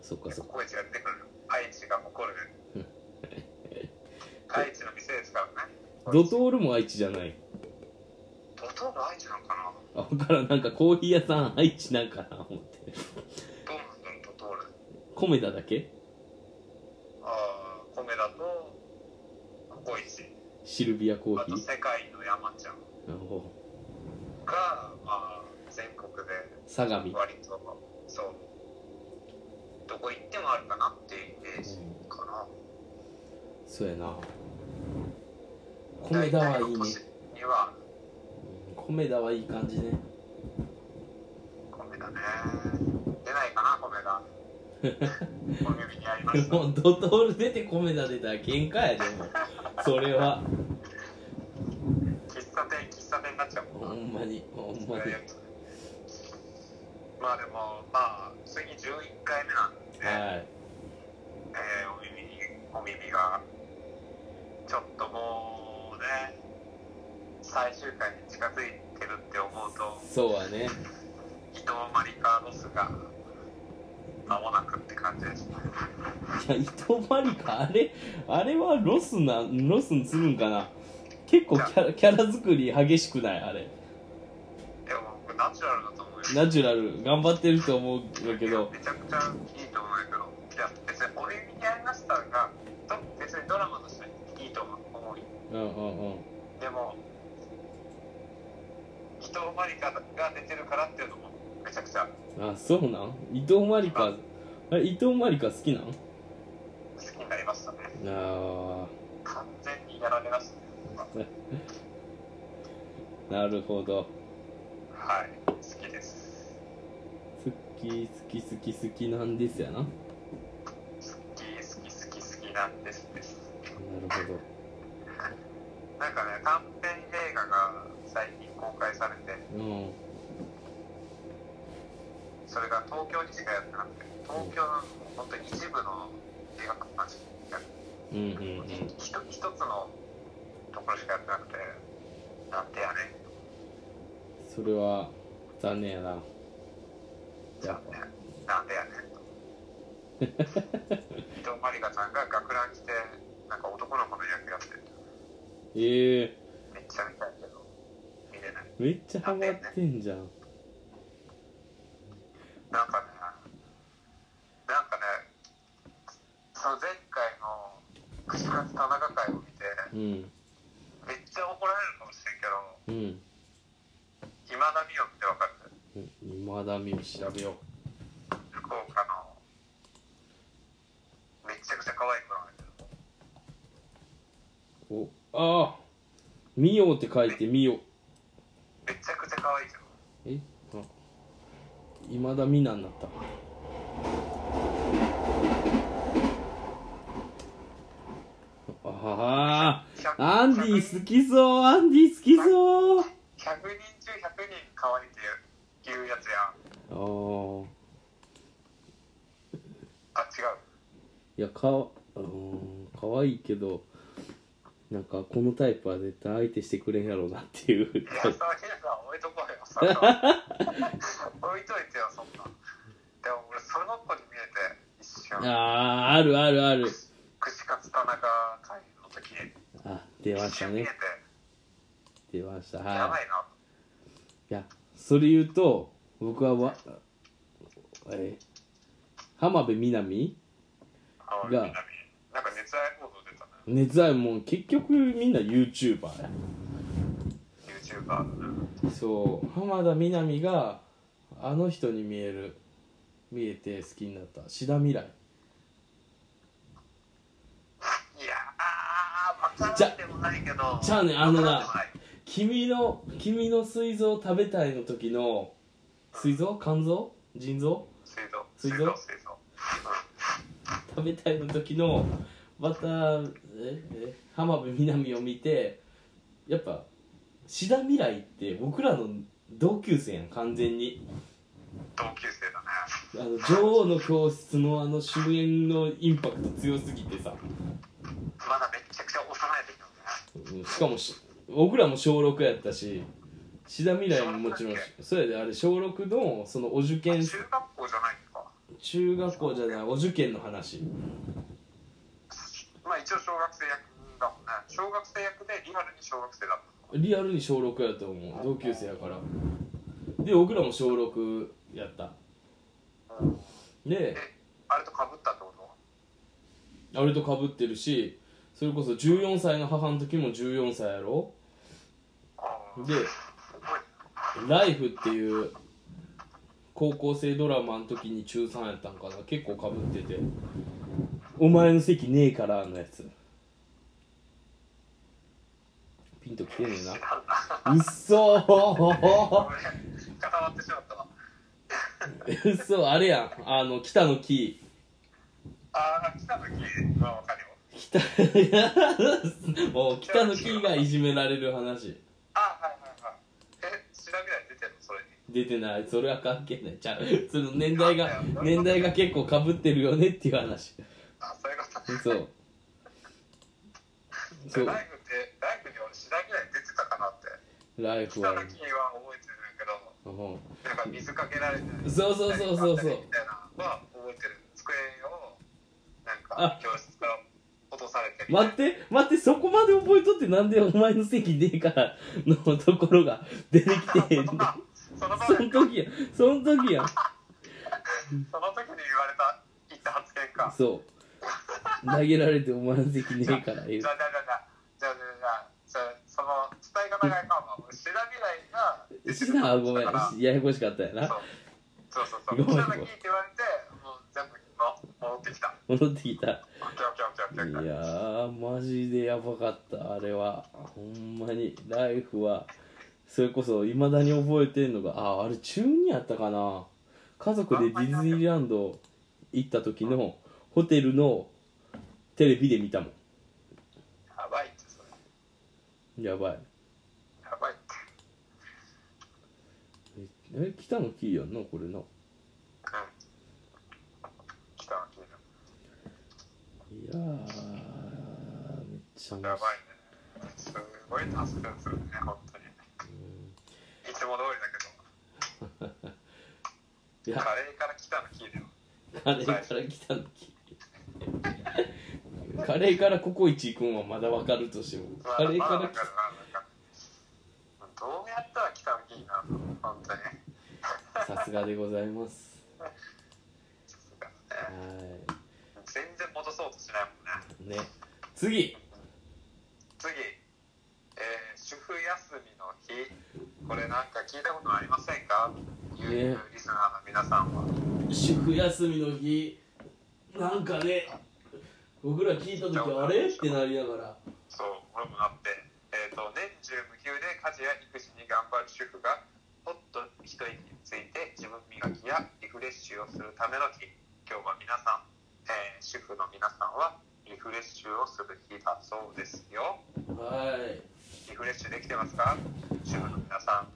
Speaker 1: そっかそっ
Speaker 2: コ
Speaker 1: か [laughs]
Speaker 2: コイチが出てくる愛知が誇る愛知の店ですからね
Speaker 1: ドトールも愛知じゃない
Speaker 2: ドトール愛知なんかな
Speaker 1: あ分からんなんかコーヒー屋さん愛知なんかな思って
Speaker 2: どうなんだドトール
Speaker 1: 米田だけ
Speaker 2: ああ米だとコイチ
Speaker 1: シルビアコー
Speaker 2: あ
Speaker 1: ヒ
Speaker 2: と
Speaker 1: ー
Speaker 2: 世界の山ちゃん
Speaker 1: おう
Speaker 2: が、まあ、全国で
Speaker 1: 相模
Speaker 2: 割とそうどこ行ってもあるかなっていうイメージかな
Speaker 1: そうやな米
Speaker 2: 大
Speaker 1: 田
Speaker 2: 体
Speaker 1: は
Speaker 2: の
Speaker 1: いいね
Speaker 2: 都市には
Speaker 1: うん米田はいい感じね
Speaker 2: 米だね出ないかな米がお耳に合
Speaker 1: [laughs]
Speaker 2: いました
Speaker 1: もうドトール出て米田出たら喧嘩やでもうそれは
Speaker 2: 喫茶店喫茶店になっちゃうもんな
Speaker 1: ほんまにほんまに
Speaker 2: まあでもまあ次11回目なんで、
Speaker 1: はい
Speaker 2: えーお耳にお耳がちょっともうね最終回に近づいてるって思うと
Speaker 1: そうはね
Speaker 2: 伊藤マリカロスが間もなくって感じですね
Speaker 1: いや伊藤マリカあれあれはロスなロスにするんかな結構キャラキャラ作り激しくないあれ
Speaker 2: でも僕ナチュラルだと思うよ
Speaker 1: ナチュラル頑張ってると思うけど
Speaker 2: めちゃくちゃいいと思うけどいや別に「お耳に合いましたが」と別にドラマとしていいと思うよ
Speaker 1: うんうんうん
Speaker 2: でも伊藤マリカが出てるからっていうのもめちゃくちゃ
Speaker 1: あそうなん伊藤マリカあれ伊藤マリカ好きなん
Speaker 2: 好きになりましたね
Speaker 1: あ
Speaker 2: 完全にやられましたね
Speaker 1: ー [laughs] なるほど
Speaker 2: はい好きです
Speaker 1: 好き好き好き好きなんですやななる
Speaker 2: 好き好き好き好きなんですです
Speaker 1: ほど
Speaker 2: なんかね短編映画が最近公開されて
Speaker 1: うん
Speaker 2: それが東京にしかやってなくて東京の本当に一部の映画館しかやっ
Speaker 1: う
Speaker 2: て
Speaker 1: んうんうん
Speaker 2: 一一つのところしかやってなくてなんでやねん
Speaker 1: それは残念やな
Speaker 2: じゃあねなんでやねんと伊藤まりかちゃんが学ラン着てなんか男の子の役やってる
Speaker 1: ええ
Speaker 2: めっちゃ見たいけど見れない
Speaker 1: ー、めっちゃハマってんじゃん
Speaker 2: なんかねなんかねその前回の串カツ田中会を見て
Speaker 1: うん
Speaker 2: めっちゃ怒られるかもしれんけど
Speaker 1: うん
Speaker 2: 今田美桜ってわかる
Speaker 1: 今田美桜調べよ
Speaker 2: 福岡のめちゃくちゃ可愛い子なんだけ
Speaker 1: う
Speaker 2: ど
Speaker 1: おああみよって書いてみよ
Speaker 2: めちゃくちゃ可愛いじゃん
Speaker 1: えあ今田美奈になったああ
Speaker 2: 100
Speaker 1: アンディ好きそうアンディ好きそう
Speaker 2: 100人中100人可愛いっていうやつや
Speaker 1: ああ
Speaker 2: あ違う
Speaker 1: いやかうーん可愛いけどなんかこのタイプは絶対相手してくれんやろうなっていう
Speaker 2: いや、そういうのは置いとこうよ、そ
Speaker 1: [laughs]
Speaker 2: れは置いといてよ、そんな。でも俺、その子に見えて、一
Speaker 1: あ
Speaker 2: 瞬、
Speaker 1: あーあるあるある
Speaker 2: 串カツ田中会の時に、
Speaker 1: あ出ま
Speaker 2: 一
Speaker 1: した
Speaker 2: 瞬見え
Speaker 1: ね
Speaker 2: て、
Speaker 1: 出ました
Speaker 2: や
Speaker 1: は
Speaker 2: ば
Speaker 1: い
Speaker 2: いな。
Speaker 1: いやそれ言うと僕はわえ浜辺美波
Speaker 2: あ、俺、
Speaker 1: が
Speaker 2: 南。なんか熱愛報道出たね。
Speaker 1: 熱愛も結局みんな YouTuber や
Speaker 2: YouTuber だね。
Speaker 1: そう浜田みなみがあの人に見える見えて好きになった志田未来
Speaker 2: いやー、わか
Speaker 1: じゃ
Speaker 2: らんでもないけど。
Speaker 1: じゃあねあのな
Speaker 2: わからんでもい
Speaker 1: 君の君の膵臓食べたいの時の膵臓肝臓腎臓
Speaker 2: 水道、
Speaker 1: 水
Speaker 2: 水
Speaker 1: 道
Speaker 2: 道、水道。
Speaker 1: 食べたいの時のまたええ浜辺美波を見てやっぱ志田未来って僕らの同級生やん完全に
Speaker 2: 同級生だね。
Speaker 1: あの女王の教室のあの主演のインパクト強すぎてさ
Speaker 2: まだめちゃくちゃ幼い時の
Speaker 1: う
Speaker 2: ね。
Speaker 1: んしかもし僕らも小6やったし志田未来ももちろんしそうやであれ小6のそのお受
Speaker 2: あ
Speaker 1: 験
Speaker 2: 中学校じゃないのか。
Speaker 1: 中学校じゃないお受験の話
Speaker 2: まあ一応小学生役だもんね小学生役でリアルに小学生だった
Speaker 1: リアルに小6やと思う同級生やからで僕らも小6やった
Speaker 2: うん
Speaker 1: で
Speaker 2: えあれとかぶったってこと
Speaker 1: あれとかぶってるしそれこそ14歳の母の時も14歳やろ
Speaker 2: ああ
Speaker 1: です
Speaker 2: ご
Speaker 1: 「
Speaker 2: い
Speaker 1: ライフっていう高校生ドラマの時に中3やったんかな結構かぶってて「お前の席ねえから」のやつピンときてねえな
Speaker 2: 知らんな
Speaker 1: うっそー
Speaker 2: ごめん固まってしまったわ
Speaker 1: うっそあれやんあの北の木
Speaker 2: ああ来た時は分かるよ
Speaker 1: 北 [laughs] もう北の木がいじめられる話
Speaker 2: ああはいはいはいえ調べないで出てるのそれ
Speaker 1: 出
Speaker 2: に
Speaker 1: てないそれは関係ないちゃうその年代が年代が結構かぶってるよねっていう話
Speaker 2: あそういうこと
Speaker 1: そうそう
Speaker 2: ライブってライブに俺調べないで出てたかなって
Speaker 1: ライ
Speaker 2: 来
Speaker 1: フ
Speaker 2: た
Speaker 1: は
Speaker 2: 時は覚えてるけど
Speaker 1: うん
Speaker 2: なんか水かけられて
Speaker 1: そうそうそうそうそう
Speaker 2: みたいなのは覚えてる机をなん
Speaker 1: あ
Speaker 2: か教室から落とされてみた
Speaker 1: 待
Speaker 2: いな
Speaker 1: って待ってそこまで覚えとってなんでお前の席ねえからのところが出てきてへんねん
Speaker 2: あその場
Speaker 1: そ
Speaker 2: 面
Speaker 1: ん時やそん時や
Speaker 2: その時に言われた言った発言か
Speaker 1: そう投げられてお前の席ねえから言う
Speaker 2: じゃあじゃあじゃあじゃあじゃあじゃあその伝え方がいかんわ知ら未来が
Speaker 1: しなごめん
Speaker 2: だから
Speaker 1: ややこしかったやな
Speaker 2: そうそうそう
Speaker 1: ご
Speaker 2: そう
Speaker 1: めん
Speaker 2: 知らなきって言われてもう全部の戻ってきた
Speaker 1: 戻ってきた
Speaker 2: オッケーオッケーオッケーオ
Speaker 1: い
Speaker 2: ッケ
Speaker 1: や
Speaker 2: ーオッケー
Speaker 1: ーマジでやばかったあれはほんまにライフはそれこそいまだに覚えてんのがああれ中2やったかな家族でディズニーランド行った時のホテルのテレビで見たも
Speaker 2: やばいってそれ
Speaker 1: んやばい
Speaker 2: やばいって
Speaker 1: ええ北のキーやんなこれな
Speaker 2: うん来たわけだ
Speaker 1: いやーめっちゃ面白
Speaker 2: やばいねすごいタスクするね本当にいつも通りだけど
Speaker 1: いいや
Speaker 2: カレーから来たの聞いてよ
Speaker 1: カレーから来たのき
Speaker 2: [laughs]
Speaker 1: カレーからココイチ行くんはまだわかるとしてもカレーから
Speaker 2: まだだ
Speaker 1: 来
Speaker 2: か
Speaker 1: た
Speaker 2: らなんかどうやったら来たの聞いてな本当に
Speaker 1: さすがでございます
Speaker 2: さすがだ
Speaker 1: は
Speaker 2: ね全然戻そうとしないもんね
Speaker 1: いね次
Speaker 2: 次えー、主婦休みの日これなんか聞いたことありませんか、いうリスナーの皆さんは
Speaker 1: 主婦休みの日なんかね僕ら聞いた時あれってなりながら
Speaker 2: そう、俺もなって、えー、と年中無休で家事や育児に頑張る主婦がほっと一息ついて自分磨きやリフレッシュをするための日今日は皆さん、えー主婦の皆さんはリフレッシュをする日だそうですよ
Speaker 1: はい
Speaker 2: リフレッシュできてますか主婦の皆さん
Speaker 1: う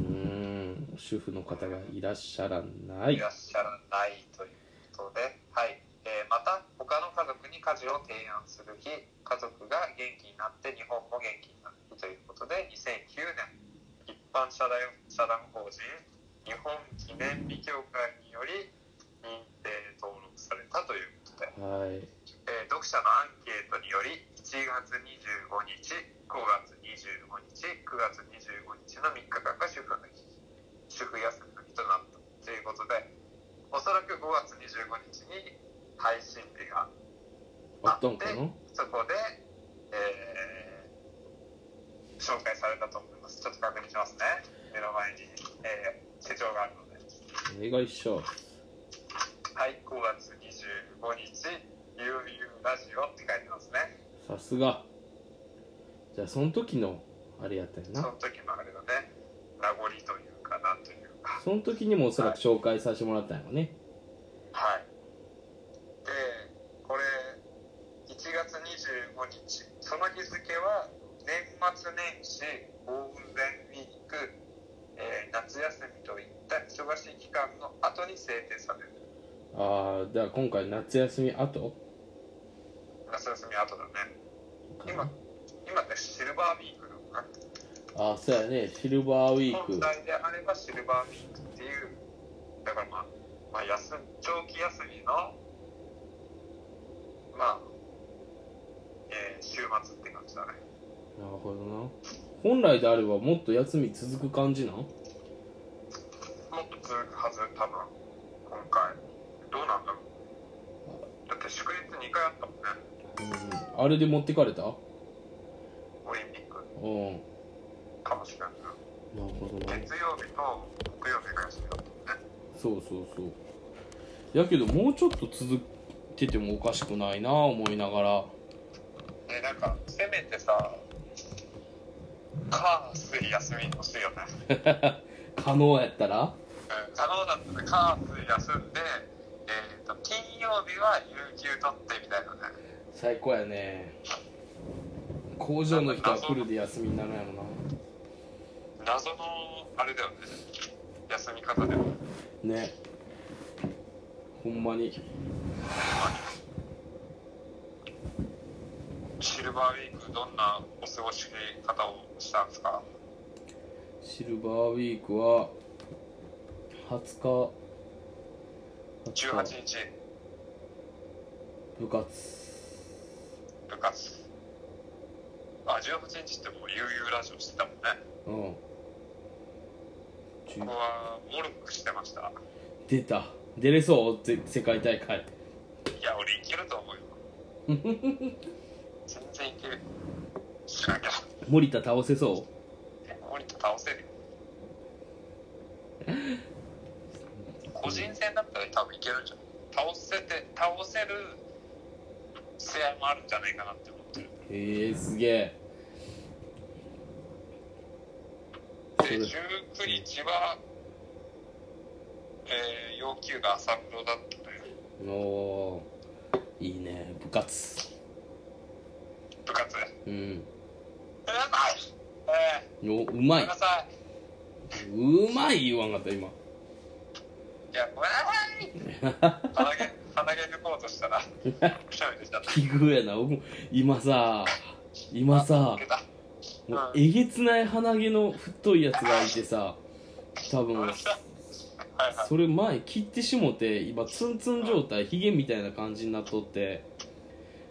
Speaker 1: ーん主婦の方がいらっしゃらない
Speaker 2: らっしゃらないということで、はいえーまた他の家族に家事を提案する日家族が元気になって日本も元気になる日ということで2009年一般社団社団法人日本記念日協会により認定登録されたということで、
Speaker 1: はい
Speaker 2: えー読者のアンケートにより1月25日5月25日9月25日の3日間が主婦の日主婦休みの日となったということでおそらく5月25日に配信日が
Speaker 1: あったんかな
Speaker 2: そこで、えー紹介されたと思いますちょっと確認しますね目の前に、えー手帳があるので
Speaker 1: お願いしちゃう
Speaker 2: はい5月25日「ゆうゆうラジオ」って書いてますね
Speaker 1: さすがじゃあその時のあれやったよ
Speaker 2: その
Speaker 1: な
Speaker 2: 時のあれだね名残というかなんというか
Speaker 1: その時にもおそらく紹介させてもらったんやろね
Speaker 2: はいでこれ1月25日その日付は年末年始ゴールデンウィーク、えー夏休みといった忙しい期間の後に制定される
Speaker 1: ああだから今回夏休み後
Speaker 2: 夏休み後だね
Speaker 1: か
Speaker 2: 今
Speaker 1: な
Speaker 2: 今ってシルバーウィークなのかな
Speaker 1: ああそうやねシルバーウィー
Speaker 2: 本
Speaker 1: ク
Speaker 2: 来であればシルバーウィークっていうだからまあ、まあ、休み長期休みのまあ、えー週週末って感じだね
Speaker 1: なるほどな本来であればもっと休み続く感じなん
Speaker 2: もっと続くはず多分今回どうなんだろうだって祝日2回あったもんね
Speaker 1: うんあれで持ってかれたうん
Speaker 2: オリンピック
Speaker 1: な
Speaker 2: かもしれないけど
Speaker 1: るほどな
Speaker 2: 月曜日と木曜日が休みだったもんね
Speaker 1: そうそうそうやけどもうちょっと続けてもおかしくないな思いながら
Speaker 2: ねなんかせめてさ火水休み欲しいよね
Speaker 1: 可能やったら
Speaker 2: うん可能だったら火水休んで、えー、と金曜日は有給取ってみたいなね
Speaker 1: 最高やね工場の人はフルで休みになるんやろな
Speaker 2: 謎のあれだよね休み方でも
Speaker 1: ねほんまに
Speaker 2: シルバーウィークどんなお過ごし方をしたんですか
Speaker 1: シルバーウィークは20日
Speaker 2: 18日
Speaker 1: 部活
Speaker 2: 部活あ18日ってもう悠々ラジオしてたもんね
Speaker 1: うんちゅ
Speaker 2: 僕はモルックしてました
Speaker 1: 出た出れそうぜ世界大会
Speaker 2: いや俺いけると思うよ全然いける知らんけど
Speaker 1: 森田倒せそ
Speaker 2: 森田倒せるよ個人戦だったら多分いけるんじゃない倒せて倒せる試合もあるんじゃないかなって思ってる
Speaker 1: うへえすげえ
Speaker 2: で19日は、えー、要求が浅黒だったのよ
Speaker 1: おーいいね部活
Speaker 2: 部活で
Speaker 1: うん
Speaker 2: 「ごめんなさい!」えー
Speaker 1: おうま
Speaker 2: ご
Speaker 1: い
Speaker 2: めんなさいう
Speaker 1: まい言わんかった今
Speaker 2: いやごめんなさい鼻毛鼻毛抜こうとしたらくしゃみ出ちゃった
Speaker 1: 奇遇やな僕も今さ今さ
Speaker 2: 抜けた
Speaker 1: もうえげつない鼻毛の太いやつがいてさ多
Speaker 2: ごめん
Speaker 1: 分
Speaker 2: なさい [laughs] はいはい
Speaker 1: それ前切ってしもて今ツンツン状態ヒゲみたいな感じになっとって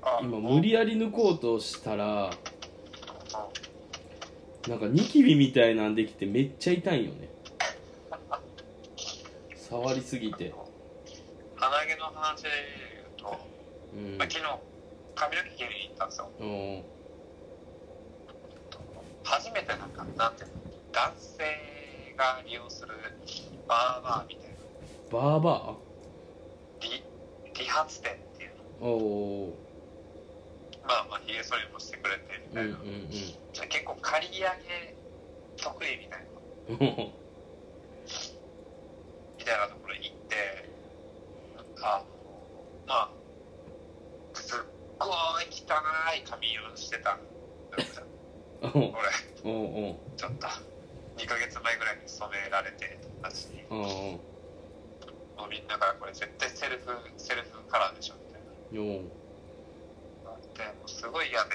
Speaker 2: あ
Speaker 1: 今無理やり抜こうとしたら
Speaker 2: うん
Speaker 1: なんかニキビみたいなんできてめっちゃ痛いんよね触りすぎて
Speaker 2: 鼻毛の話で言うと、
Speaker 1: うん
Speaker 2: まあ、昨日髪の毛切りに行ったんですよ
Speaker 1: うん
Speaker 2: 初めてなんかなんていうの男性が利用するバーバーみたいな
Speaker 1: バーバ
Speaker 2: 理理髪店っていう
Speaker 1: ーおー
Speaker 2: のまあまあひげ剃りもしてくれてみ
Speaker 1: うん
Speaker 2: た
Speaker 1: う
Speaker 2: い
Speaker 1: ん
Speaker 2: な、じゃあ結構刈り上げ得意みたい
Speaker 1: う
Speaker 2: な
Speaker 1: ん
Speaker 2: みたいなところに行ってあのまあすっごい汚い髪をしてたんですよ
Speaker 1: おうお
Speaker 2: 俺
Speaker 1: う
Speaker 2: ちょっと2ヶ月前ぐらいに染められてたし
Speaker 1: おうおう
Speaker 2: もうみんなからこれ絶対セルフセルフカラーでしょみたいな
Speaker 1: よ
Speaker 2: でもうすごい嫌で、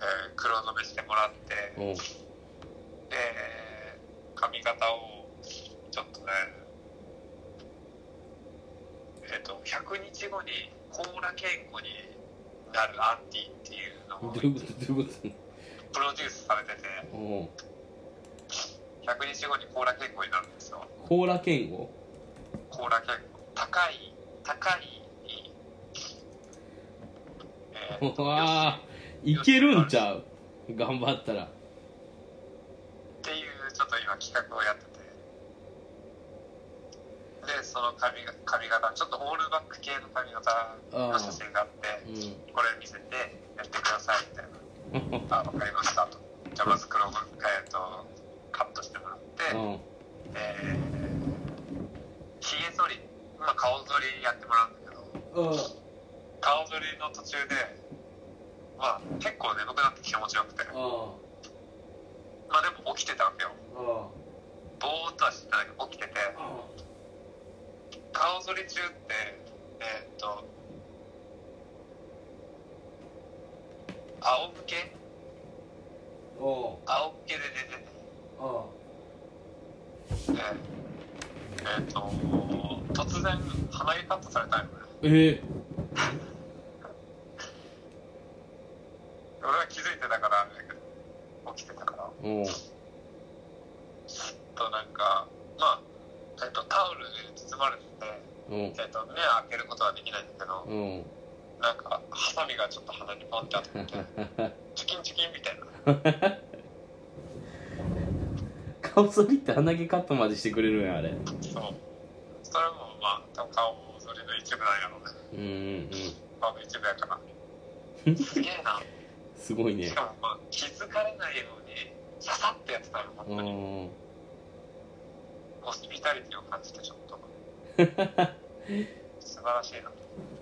Speaker 2: えー黒染めしてもらって
Speaker 1: おう
Speaker 2: で髪型をちょっとねえっ、と100日後に甲羅健吾になるアンティっていうのを
Speaker 1: どういうことどういうこと
Speaker 2: プロデュースされてて
Speaker 1: おう
Speaker 2: 100日後に甲羅健吾になるんですよ
Speaker 1: コーラ健吾
Speaker 2: 甲羅健吾高い高いえ
Speaker 1: う [laughs]
Speaker 2: ー
Speaker 1: わあいけるんちゃう頑張ったら [laughs]
Speaker 2: っていうちょっと今企画をやっててでその髪が髪型ちょっとオールバック系の髪型の写真があって
Speaker 1: う
Speaker 2: これ見せてやってくださいみたいな「あ分かりました」とじゃあまず黒が、えー、とカットしてもらって
Speaker 1: んうん
Speaker 2: えーひげ剃り、まあ、顔剃りやってもらうんだけど
Speaker 1: う
Speaker 2: 顔剃りの途中でまあ結構眠くなって気持ちよくて
Speaker 1: ん
Speaker 2: まあでも起きてたわけよ
Speaker 1: あ
Speaker 2: ぼーっとはしてたんだけど起きてて
Speaker 1: あ
Speaker 2: 顔剃り中ってえーっと仰向け
Speaker 1: おう
Speaker 2: 仰向けで寝てて
Speaker 1: あ
Speaker 2: でえーっと突然鼻毛カットされたんよね
Speaker 1: ええ
Speaker 2: 俺は気づいてたから、起きてたから。
Speaker 1: おう
Speaker 2: となんか、まあ、えっと、タオルで包まれてて、
Speaker 1: おう
Speaker 2: えっと、目開けることはできないんだけど、
Speaker 1: おう
Speaker 2: なんか、ハサミがちょっと鼻にポンってあって、チキンチキンみたいな。
Speaker 1: 顔剃りって鼻毛カットまでしてくれるんやあれ
Speaker 2: そう。それもまあ、多分顔もそれの一部なんやろ
Speaker 1: [laughs]
Speaker 2: うね。
Speaker 1: うんうんうん
Speaker 2: 顔の一部やから。すげえな。
Speaker 1: すごいね
Speaker 2: しかもまあ、気づかれないように、ささってやってたよ、本
Speaker 1: う
Speaker 2: 当に。
Speaker 1: ん
Speaker 2: ホスピタリティを感じてちょっと素晴らしいなと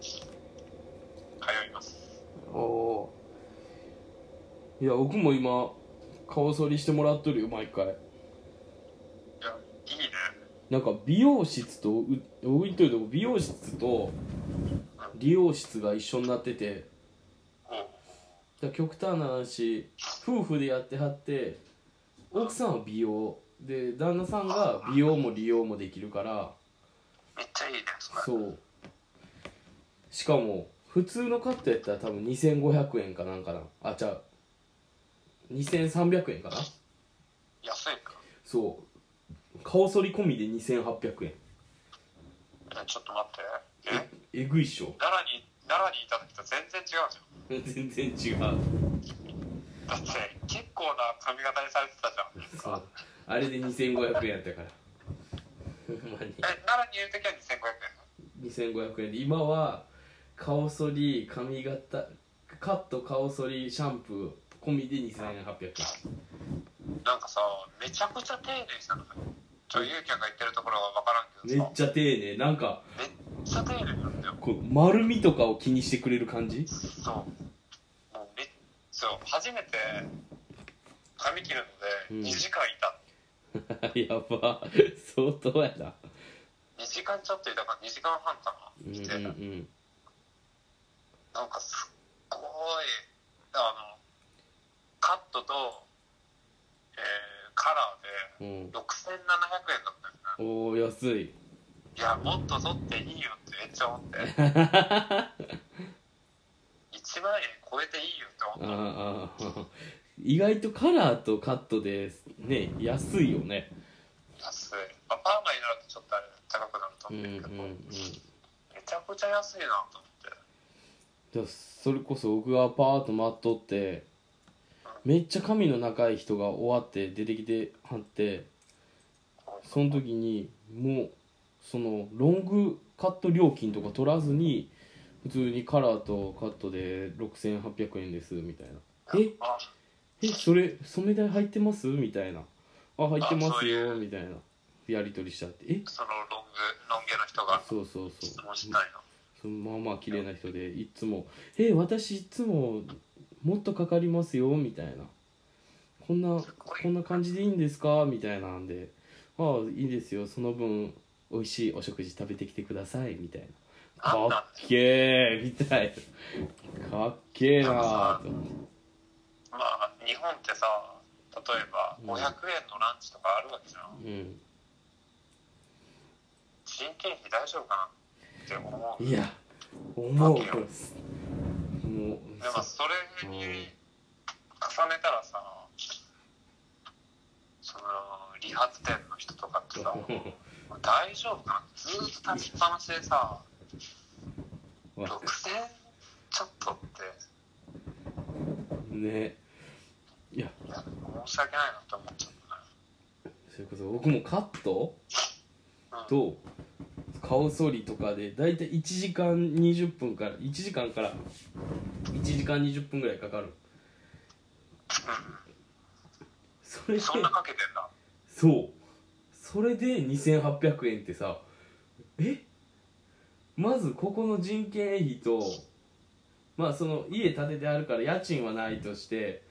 Speaker 2: 通います
Speaker 1: おーいや僕も今顔剃りしてもらっとるよ毎回
Speaker 2: いやいいね
Speaker 1: なんか美容室とう置いとるとこ美容室と理容室が一緒になってて
Speaker 2: おう
Speaker 1: だから極端な話夫婦でやってはって奥さんは美容で旦那さんが美容も利用もできるから
Speaker 2: めっちゃいいねそれ
Speaker 1: そうしかも普通のカットやったら多分2500円かなんかなあじゃあ2300円かな
Speaker 2: 安いか
Speaker 1: そう顔剃り込みで2800円
Speaker 2: えちょっと待ってえ
Speaker 1: えぐいっしょ [laughs]
Speaker 2: 奈良に奈良にいた時と全然違うじゃ
Speaker 1: 全
Speaker 2: ん
Speaker 1: 然違う
Speaker 2: だって結構な髪型にされてたじゃん
Speaker 1: そうあれで2500円やったからほんまに
Speaker 2: え奈良にいる時は2500円
Speaker 1: 2500円で今は顔剃り髪型カット顔剃りシャンプー込みで2800円
Speaker 2: なんかさめちゃくちゃ丁寧にしたのちょゆうきゃんが言ってるところは分からん
Speaker 1: め
Speaker 2: け
Speaker 1: っ
Speaker 2: どさ
Speaker 1: ちゃ丁寧なんか
Speaker 2: めっちゃ丁寧なんだよ
Speaker 1: こう丸みとかを気にしてくれる感じ
Speaker 2: そう。もうめそう初めて髪切る
Speaker 1: うん
Speaker 2: ので2時間いた、
Speaker 1: [laughs] やば相当やな
Speaker 2: 2時間ちょっといたから2時間半か
Speaker 1: う
Speaker 2: なん
Speaker 1: う
Speaker 2: 来
Speaker 1: ん
Speaker 2: て、
Speaker 1: うん
Speaker 2: なんかすっごいあのカットと、えーカラ
Speaker 1: う
Speaker 2: ーで
Speaker 1: ん
Speaker 2: 6700円だったよね
Speaker 1: おお安 [laughs] い
Speaker 2: いやもっと取っていいよってめっちゃ思って1万円超えていいよって
Speaker 1: あ
Speaker 2: 思った
Speaker 1: ああ意外とカラーとカットでね安いよね
Speaker 2: 安い、まあ、パーマになるとちょっとあれ高くなると
Speaker 1: うん
Speaker 2: 思
Speaker 1: うん
Speaker 2: うけど、
Speaker 1: うん
Speaker 2: めちゃくちゃ安いなと思って
Speaker 1: だからそれこそ僕がパーッと待っとってめっちゃ髪の長い人が終わって出てきてはってその時にもうそのロングカット料金とか取らずに普通にカラーとカットで6800円ですみたいなえ
Speaker 2: あ
Speaker 1: えそれ染め代入ってますみたいなあ入ってま
Speaker 2: あそ
Speaker 1: す
Speaker 2: うい
Speaker 1: よ
Speaker 2: う
Speaker 1: みたいなやり取りしちゃってえ
Speaker 2: そのロングロン毛の人が
Speaker 1: そうそうそう
Speaker 2: 質問したいの
Speaker 1: そのまあまあ綺麗な人でいっつも「え私いっつももっとかかりますよ」みたいな「こんなこんな感じでいいんですか?」みたいなんで「ああいいですよその分美味しいお食事食べてきてください」みたいな「かっけえ」みたいな「かっけえな」と思って
Speaker 2: まあ日本ってさ例えば
Speaker 1: うん
Speaker 2: 500円のランチとかあるわけじゃん
Speaker 1: うん
Speaker 2: 人件費大丈夫かなって思う
Speaker 1: い
Speaker 2: で
Speaker 1: や思うこれすもう
Speaker 2: もそれに重ねたらさその理髪店の人とかってさ大丈夫かなずーっと立ちっぱなしでさ
Speaker 1: わ
Speaker 2: 6000ちょっとって
Speaker 1: ねいや
Speaker 2: いや申し訳ないなって思っちゃったね
Speaker 1: それこそ僕もカット
Speaker 2: うん
Speaker 1: と顔剃りとかで大体1時間20分から1時間から1時間20分ぐらいかかるそれで
Speaker 2: そんなかけてんだ
Speaker 1: そうそれで2800円ってさえまずここの人件費とまあその家建ててあるから家賃はないとして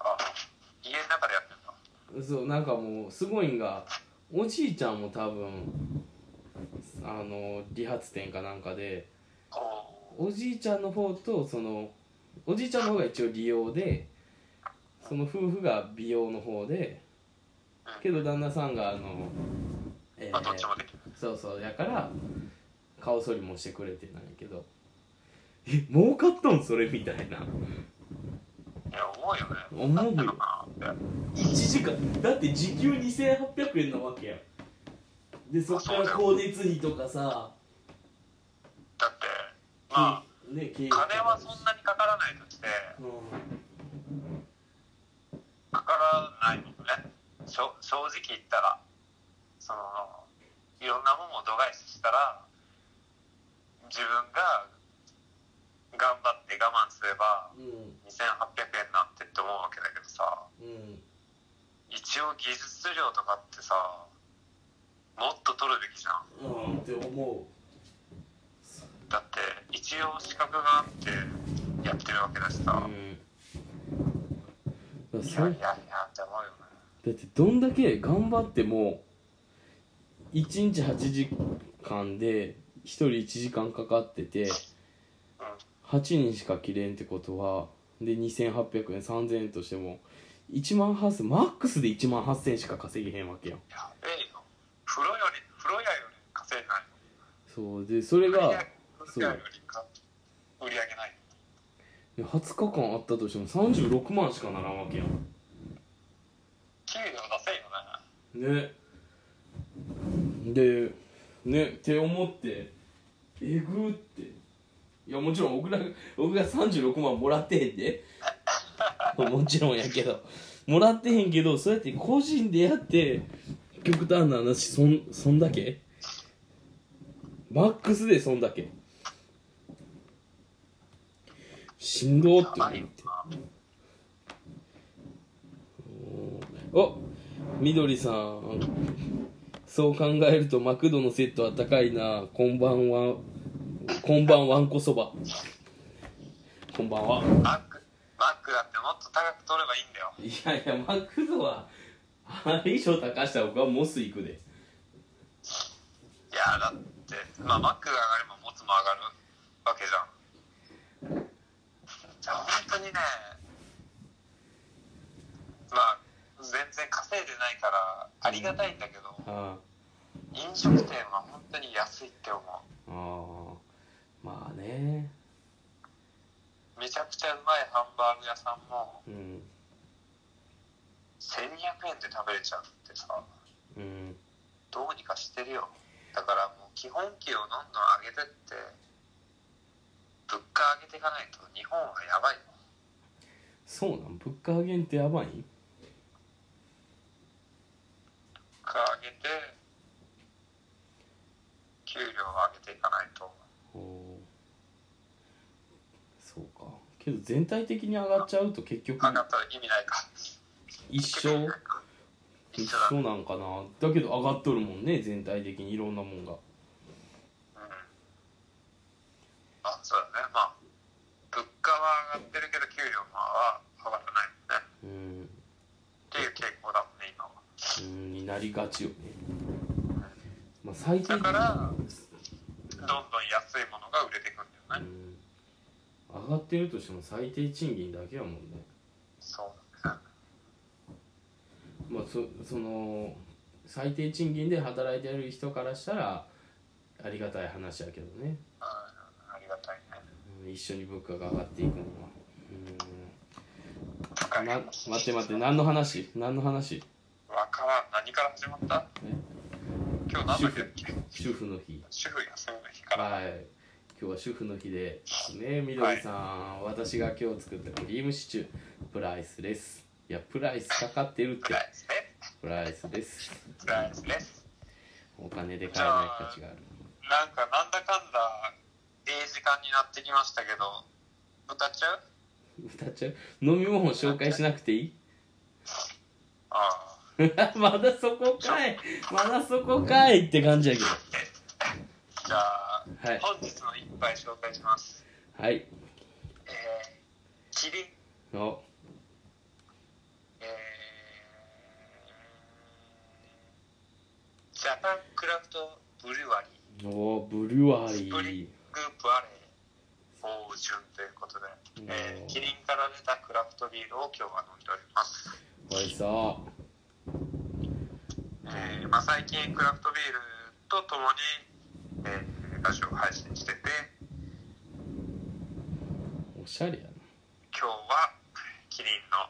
Speaker 2: あ家の中でやってんだ
Speaker 1: そうなんかもうすごいんがおじいちゃんも多分あの理髪店かなんかで
Speaker 2: お
Speaker 1: おじいちゃんの方とそのおじいちゃんの方が一応利用でその夫婦が美容の方でけど旦那さんがあの、えー
Speaker 2: ーまあどっちもできる
Speaker 1: そうそうやから顔剃りもしてくれてないけどえ儲かっとんそれみたいな
Speaker 2: うん思うよね
Speaker 1: 思うよ
Speaker 2: だったのかなって
Speaker 1: 1時間だって時給2800円なわけやんでそっから光熱費とかさ
Speaker 2: だってまあ
Speaker 1: ね経費とか
Speaker 2: 金はそんなにかからないとして
Speaker 1: う
Speaker 2: かからないもんねしょ正直言ったらそのいろんなものを度外視したら自分が頑張って我慢すれば
Speaker 1: んうん
Speaker 2: 2800円なんてって思うわけだけどさ
Speaker 1: うん
Speaker 2: 一応技術料とかってさもっと取るべきじゃん
Speaker 1: うんって思
Speaker 2: だって一応資格があってやってるわけだし
Speaker 1: う
Speaker 2: さ、
Speaker 1: うん
Speaker 2: いやいやいやって思うよね
Speaker 1: だってどんだけ頑張っても1日8時間で1人1時間かかってて8人しか切れんってことはで2800円3000円としても1万8000マックスで1万8000円しか稼げへんわけやん
Speaker 2: やべえよ風呂より風呂屋より稼いないよ
Speaker 1: そうでそれ
Speaker 2: 売り上
Speaker 1: が
Speaker 2: げ風呂屋よりか売り上げないよ
Speaker 1: 20日間あったとしても36万しかならんわけやん
Speaker 2: 給料出せんよね
Speaker 1: ねでねって思ってえぐっていやもちろん僕ら僕が36万もらってへんでもちろんやけどもらってへんけどそうやって個人でやって極端な話そんそんだけマックスでそんだけしんどーって思っておみどりさんそう考えるとマクドのセットは高いなこんばんはこんばんわんこそばこんばんは
Speaker 2: マックマックだってもっと高く取ればいいんだよ
Speaker 1: いやいやマクドはあれ以上高した僕はモス行くで
Speaker 2: いやだってまあマックが上がればモツも上がるわけじゃんじゃあ本当にねまあ全然稼いでないからありがたいんだけど
Speaker 1: あ
Speaker 2: 飲食店は本当に安いって思う
Speaker 1: ああまあね
Speaker 2: めちゃくちゃうまいハンバーグ屋さんも
Speaker 1: うん
Speaker 2: 1200円で食べれちゃうってさ
Speaker 1: うん
Speaker 2: どうにかしてるよだからもう基本給をどんどん上げてって物価上げていかないと日本はやばいよ
Speaker 1: そうなん物価上げんってやばい
Speaker 2: 物価上げて給料を上げていかないと
Speaker 1: おーそうかけど全体的に上がっちゃうと結局
Speaker 2: 上がったら意味ないか
Speaker 1: 一生
Speaker 2: 一
Speaker 1: 一
Speaker 2: 緒だ、うん、
Speaker 1: 緒なんかなだけど上がっとるもんね全体的にいろんなもんが
Speaker 2: あそうだねまあ物価は上がってるけど給料は上がらない
Speaker 1: う
Speaker 2: ね
Speaker 1: ん
Speaker 2: っていう傾向だもんね今は
Speaker 1: うんになりがちよね、まあ、最低
Speaker 2: だからどん
Speaker 1: う
Speaker 2: どん安いものが売れていくんだよね
Speaker 1: ん上がってるとしても最低賃金だけやもんね
Speaker 2: そうだね
Speaker 1: まあそその最低賃金で働いてる人からしたらありがたい話やけどね
Speaker 2: うんありがたいね
Speaker 1: うん一緒に物価が上がっていくのはう
Speaker 2: 高
Speaker 1: ん
Speaker 2: い
Speaker 1: な
Speaker 2: 話
Speaker 1: 待って待って何の話何の話
Speaker 2: わからん何から始まった
Speaker 1: え
Speaker 2: 今日何だっけ
Speaker 1: 主婦の日
Speaker 2: 主婦休みの日から
Speaker 1: はい今日は主婦の日でねみどりさん、私が今日作ったクリームシチュープライスですいやプライスかかってるっ
Speaker 2: プ
Speaker 1: て
Speaker 2: ライスね
Speaker 1: プライスです
Speaker 2: プライスです
Speaker 1: お金で買えない価値がある
Speaker 2: なんかなんだかんだええ時間になってきましたけど歌っちゃう
Speaker 1: 歌っちゃう飲み物紹介しなくてい [laughs] い
Speaker 2: ああ
Speaker 1: まだそこかいまだそこかいって感じやけど
Speaker 2: じゃあ、
Speaker 1: はい
Speaker 2: 本日の一杯紹介します
Speaker 1: はい
Speaker 2: えー、キリン
Speaker 1: お
Speaker 2: えー、ジャパンクラフトブルワリー
Speaker 1: おブルワ
Speaker 2: ス
Speaker 1: リ
Speaker 2: プリ
Speaker 1: ー
Speaker 2: ングバレー芳醇ということで、えー、キリンから出たクラフトビールを今日は飲んでおります
Speaker 1: これさ
Speaker 2: えーまあ、最近クラフトビールとともに、えーラジオを配信してて
Speaker 1: おしゃれやな
Speaker 2: 今日はキリンの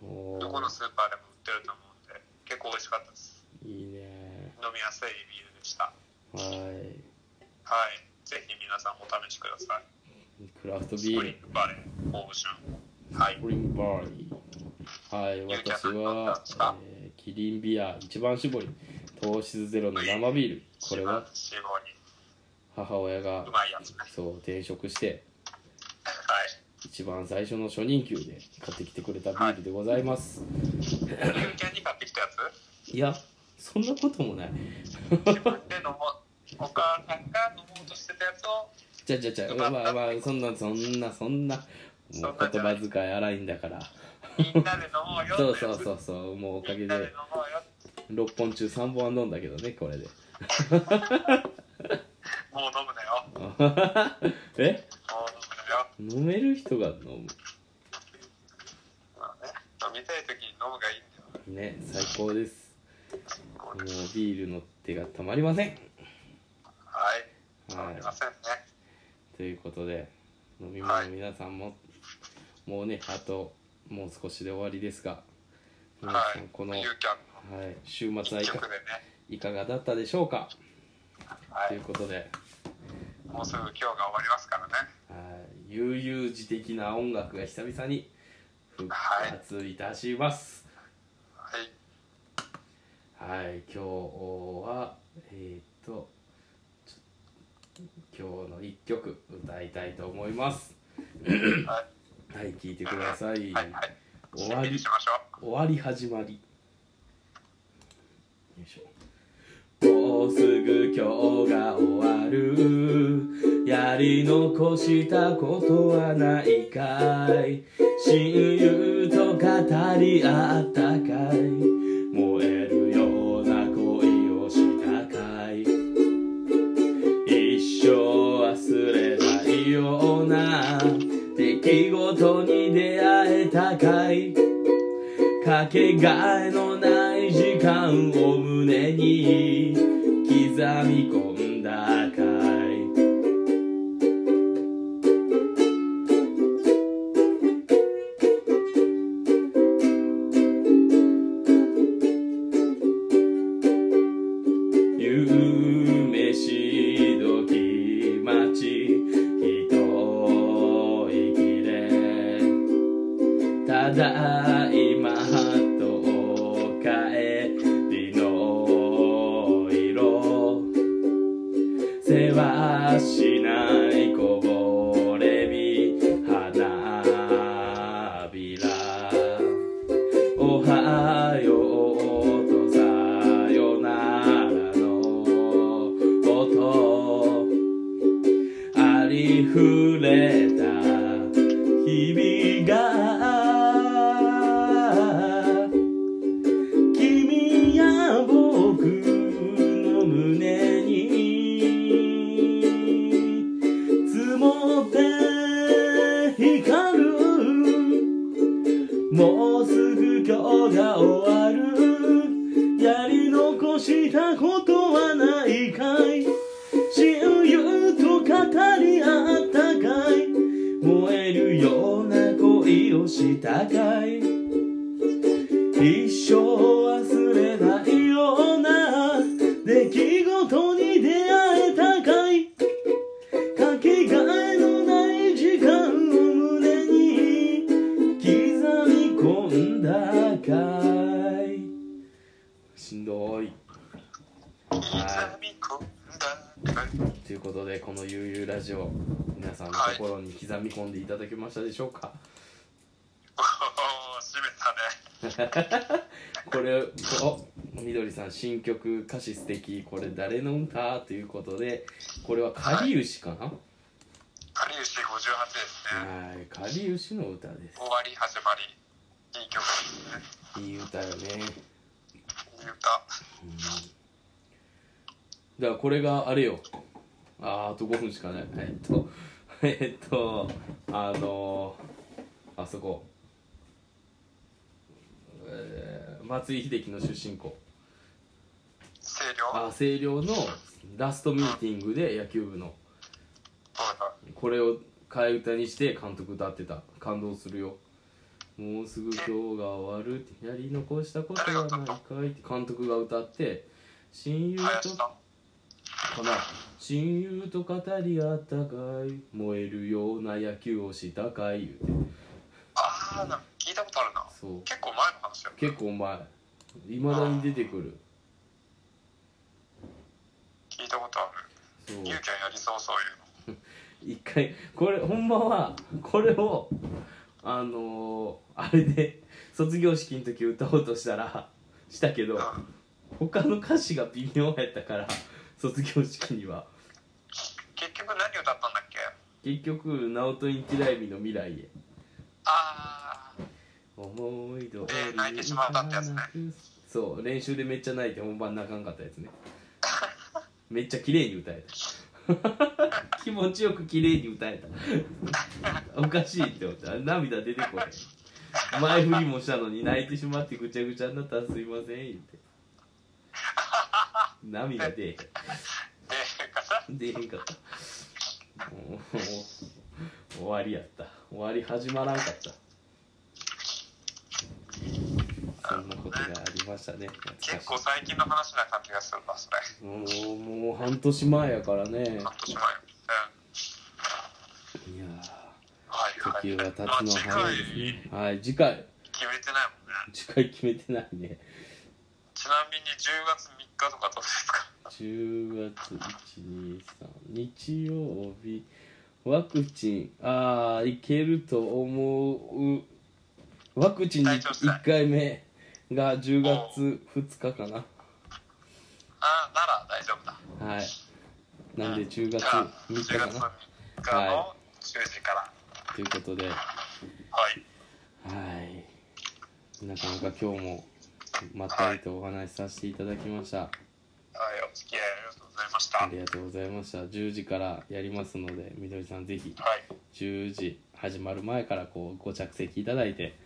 Speaker 2: スーパーでも売ってると思うんで結構美味しかったです
Speaker 1: いいね
Speaker 2: 飲みやすいビールでした
Speaker 1: は
Speaker 2: はいぜひ皆さんお試しください
Speaker 1: いクラフト
Speaker 2: ス
Speaker 1: ビ
Speaker 2: プ
Speaker 1: ー
Speaker 2: リ
Speaker 1: ル
Speaker 2: ングバレーオーションはい
Speaker 1: スプリングバーリーはい
Speaker 2: ゆうちゃん
Speaker 1: 私は、えーキリンビア一番搾り糖質ゼロの生ビールこ
Speaker 2: 一
Speaker 1: れ
Speaker 2: 番
Speaker 1: は
Speaker 2: 脂肪に
Speaker 1: 母親が
Speaker 2: うまいやつね
Speaker 1: そう転職して
Speaker 2: はい
Speaker 1: 一番最初の初任給で買ってきてくれたビールでございます、
Speaker 2: ゆうちゃんに買ってきたやつ
Speaker 1: い、やそんなこともない
Speaker 2: 自分で飲もうお母さんが飲もうとしてたやつを
Speaker 1: じゃあじゃあじゃあ
Speaker 2: ま
Speaker 1: ま
Speaker 2: た
Speaker 1: あまあそんなそんなそんなもう言葉遣い荒いんだから
Speaker 2: みんなで飲もうよ
Speaker 1: そうそう
Speaker 2: う
Speaker 1: そうそうもうおか
Speaker 2: み
Speaker 1: げ
Speaker 2: んなで
Speaker 1: で
Speaker 2: 飲もうよ
Speaker 1: 6本中3本は飲んだけどねこれで
Speaker 2: もう飲むなよ
Speaker 1: え
Speaker 2: もう飲むなよ、
Speaker 1: 飲める人が飲
Speaker 2: まあね、飲みたい時に飲むがいいんだよ
Speaker 1: むね最高です
Speaker 2: こ
Speaker 1: もう
Speaker 2: うです
Speaker 1: ビールの手がたまりません
Speaker 2: はい
Speaker 1: は
Speaker 2: 飲みま
Speaker 1: い
Speaker 2: せんね
Speaker 1: ということで飲み物の皆さんも、もうねあともう少しで終わりですが皆
Speaker 2: は
Speaker 1: さ
Speaker 2: い
Speaker 1: んこの、は
Speaker 2: ゆ
Speaker 1: いう
Speaker 2: きゃんの、
Speaker 1: 週末は
Speaker 2: 一
Speaker 1: い
Speaker 2: 曲
Speaker 1: か
Speaker 2: でね
Speaker 1: いかがだったでしょうか
Speaker 2: は
Speaker 1: とい
Speaker 2: いう
Speaker 1: ことで
Speaker 2: もうすぐ今日が終わりますからね
Speaker 1: はい悠々自適な音楽が久々に復活いたします
Speaker 2: はい
Speaker 1: はい今日はえーっとちょ今日の一曲歌いたいと思います
Speaker 2: は
Speaker 1: はい聴いてください、
Speaker 2: いはいはい
Speaker 1: 終わ
Speaker 2: 締めに
Speaker 1: り
Speaker 2: しましょう
Speaker 1: 終わり始まりよいしょもうすぐ今日が終わるやり残したことはないかい親友と語り合ったかい燃えるような恋をしたかい一生忘れないような出来事に出会えたかいかけがえのない時間を胸に刻み込んだかい夢し時待ち一息でただいまとお帰りの色世話しないこぼれ日花びらおはようとさよならの音ありふれた日々が君や僕の胸に積もって光るもうすぐ今日が終わるやり残したことはないかい親友と語り合ったかい燃えるような恋をしたかい一生忘れないような出来事に出会えたかいかけがえのない時間を胸に刻み込んだかいしんどい
Speaker 2: [laughs] 刻み込んだかい
Speaker 1: ということでこの「ゆうゆうラジオ」皆さんの心に刻み込んでいただけましたでしょうか、
Speaker 2: おお締めたね
Speaker 1: これおみどりさん新曲歌詞素敵これ誰の歌ということでこれは狩牛かな
Speaker 2: 有吉58ですね、
Speaker 1: はい狩牛の歌です
Speaker 2: 終わり始まりいい曲ですね
Speaker 1: いい歌よね、
Speaker 2: いい歌
Speaker 1: うん、だからこれがあれよあーあと5分しかないえっとえっとあのー、あそこ、えー松井秀喜の出身校
Speaker 2: 声量
Speaker 1: あ星稜のラストミーティングで野球部の
Speaker 2: そうだ
Speaker 1: これを替え歌にして監督歌ってた感動するよもうすぐ今日が終わるってやり残したことはないかいって監督が歌って親友と
Speaker 2: 林さん
Speaker 1: かな親友と語り合ったかい燃えるような野球をしたかい言うて
Speaker 2: ああなんか聞いたことあるな
Speaker 1: そう
Speaker 2: 結構前の話よ
Speaker 1: 結構前いまだに出てくる
Speaker 2: 聞いたことある
Speaker 1: そう
Speaker 2: ゆうきゃんやりそうそういうの
Speaker 1: 一回これほんまはこれをあのー、あれで卒業式の時歌おうとしたらしたけど
Speaker 2: うん
Speaker 1: 他の歌詞が微妙やったから卒業式には
Speaker 2: 結局何歌ったんだっけ
Speaker 1: 結局直人インティライミの未来へ
Speaker 2: ああ
Speaker 1: 思い通り
Speaker 2: えー泣いてしまったってやつね
Speaker 1: そう練習でめっちゃ泣いて本番泣かんかったやつねめっちゃ綺麗に歌えた [laughs] 気持ちよく綺麗に歌えたおかしいって思った涙出てこない前振りもしたのに泣いてしまってぐちゃぐちゃになったらすいません言って涙出えへん
Speaker 2: でかさ
Speaker 1: 出えへんかったもう終わりやった終わり始まらんかったそんなことがありましたね懐
Speaker 2: 結
Speaker 1: か
Speaker 2: 構最近の話な感じがするなそれ
Speaker 1: しいもうもう半年前やからねいや
Speaker 2: 半年前うん
Speaker 1: ー
Speaker 2: はいはい
Speaker 1: 時は経つの
Speaker 2: まあ次
Speaker 1: 早
Speaker 2: 回
Speaker 1: いですねはい次回
Speaker 2: 決めてないもんね
Speaker 1: 次回決めてないね
Speaker 2: ちなみに10月3日とかどうですか
Speaker 1: 10月123日曜日ワクチンああいけると思うワクチン
Speaker 2: 大丈夫ですね
Speaker 1: 1回目が10月2日か
Speaker 2: ああなら大丈夫だ
Speaker 1: なはいなんで
Speaker 2: うん
Speaker 1: 10月
Speaker 2: じゃあ
Speaker 1: 3日か
Speaker 2: 10月
Speaker 1: な
Speaker 2: 3日の10時から
Speaker 1: ということでは
Speaker 2: はい
Speaker 1: いなかなか今日もまったりとお話しさせていただきました
Speaker 2: はいお付き合いありがとうございました
Speaker 1: あ
Speaker 2: はい
Speaker 1: りがとうございました10時からやりますのでみどりさんぜひ10時始まる前からこうご着席いただいて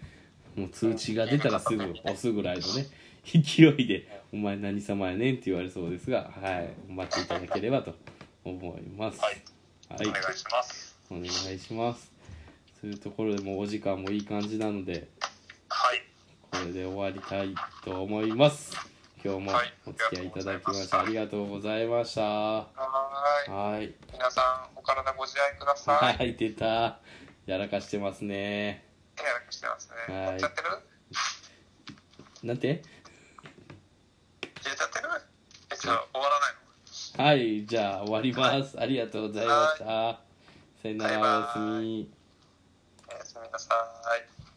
Speaker 1: もう通知が出たらす
Speaker 2: [laughs]
Speaker 1: ぐ押すぐらいのね勢いで「お前何様やねん」って言われそうですがはいお待ちいただければと思います
Speaker 2: はい
Speaker 1: はい
Speaker 2: お願いします
Speaker 1: お願いしますというところでもうお時間もいい感じなので
Speaker 2: はい
Speaker 1: これで終わりたいと思います今日も
Speaker 2: はい
Speaker 1: お付き合いいただきましてありがとうございましたは
Speaker 2: はーい
Speaker 1: い
Speaker 2: 皆さんお体ご自愛ください
Speaker 1: はい出たやらかしてますね
Speaker 2: 手荒くしてますね。
Speaker 1: はい
Speaker 2: やっちゃってる
Speaker 1: なんて
Speaker 2: やっちゃってるえ、じゃあ終わらないの
Speaker 1: はい、じゃあ終わります。ありがとうございました。さよなら、おやすみ。
Speaker 2: おやすみなさい。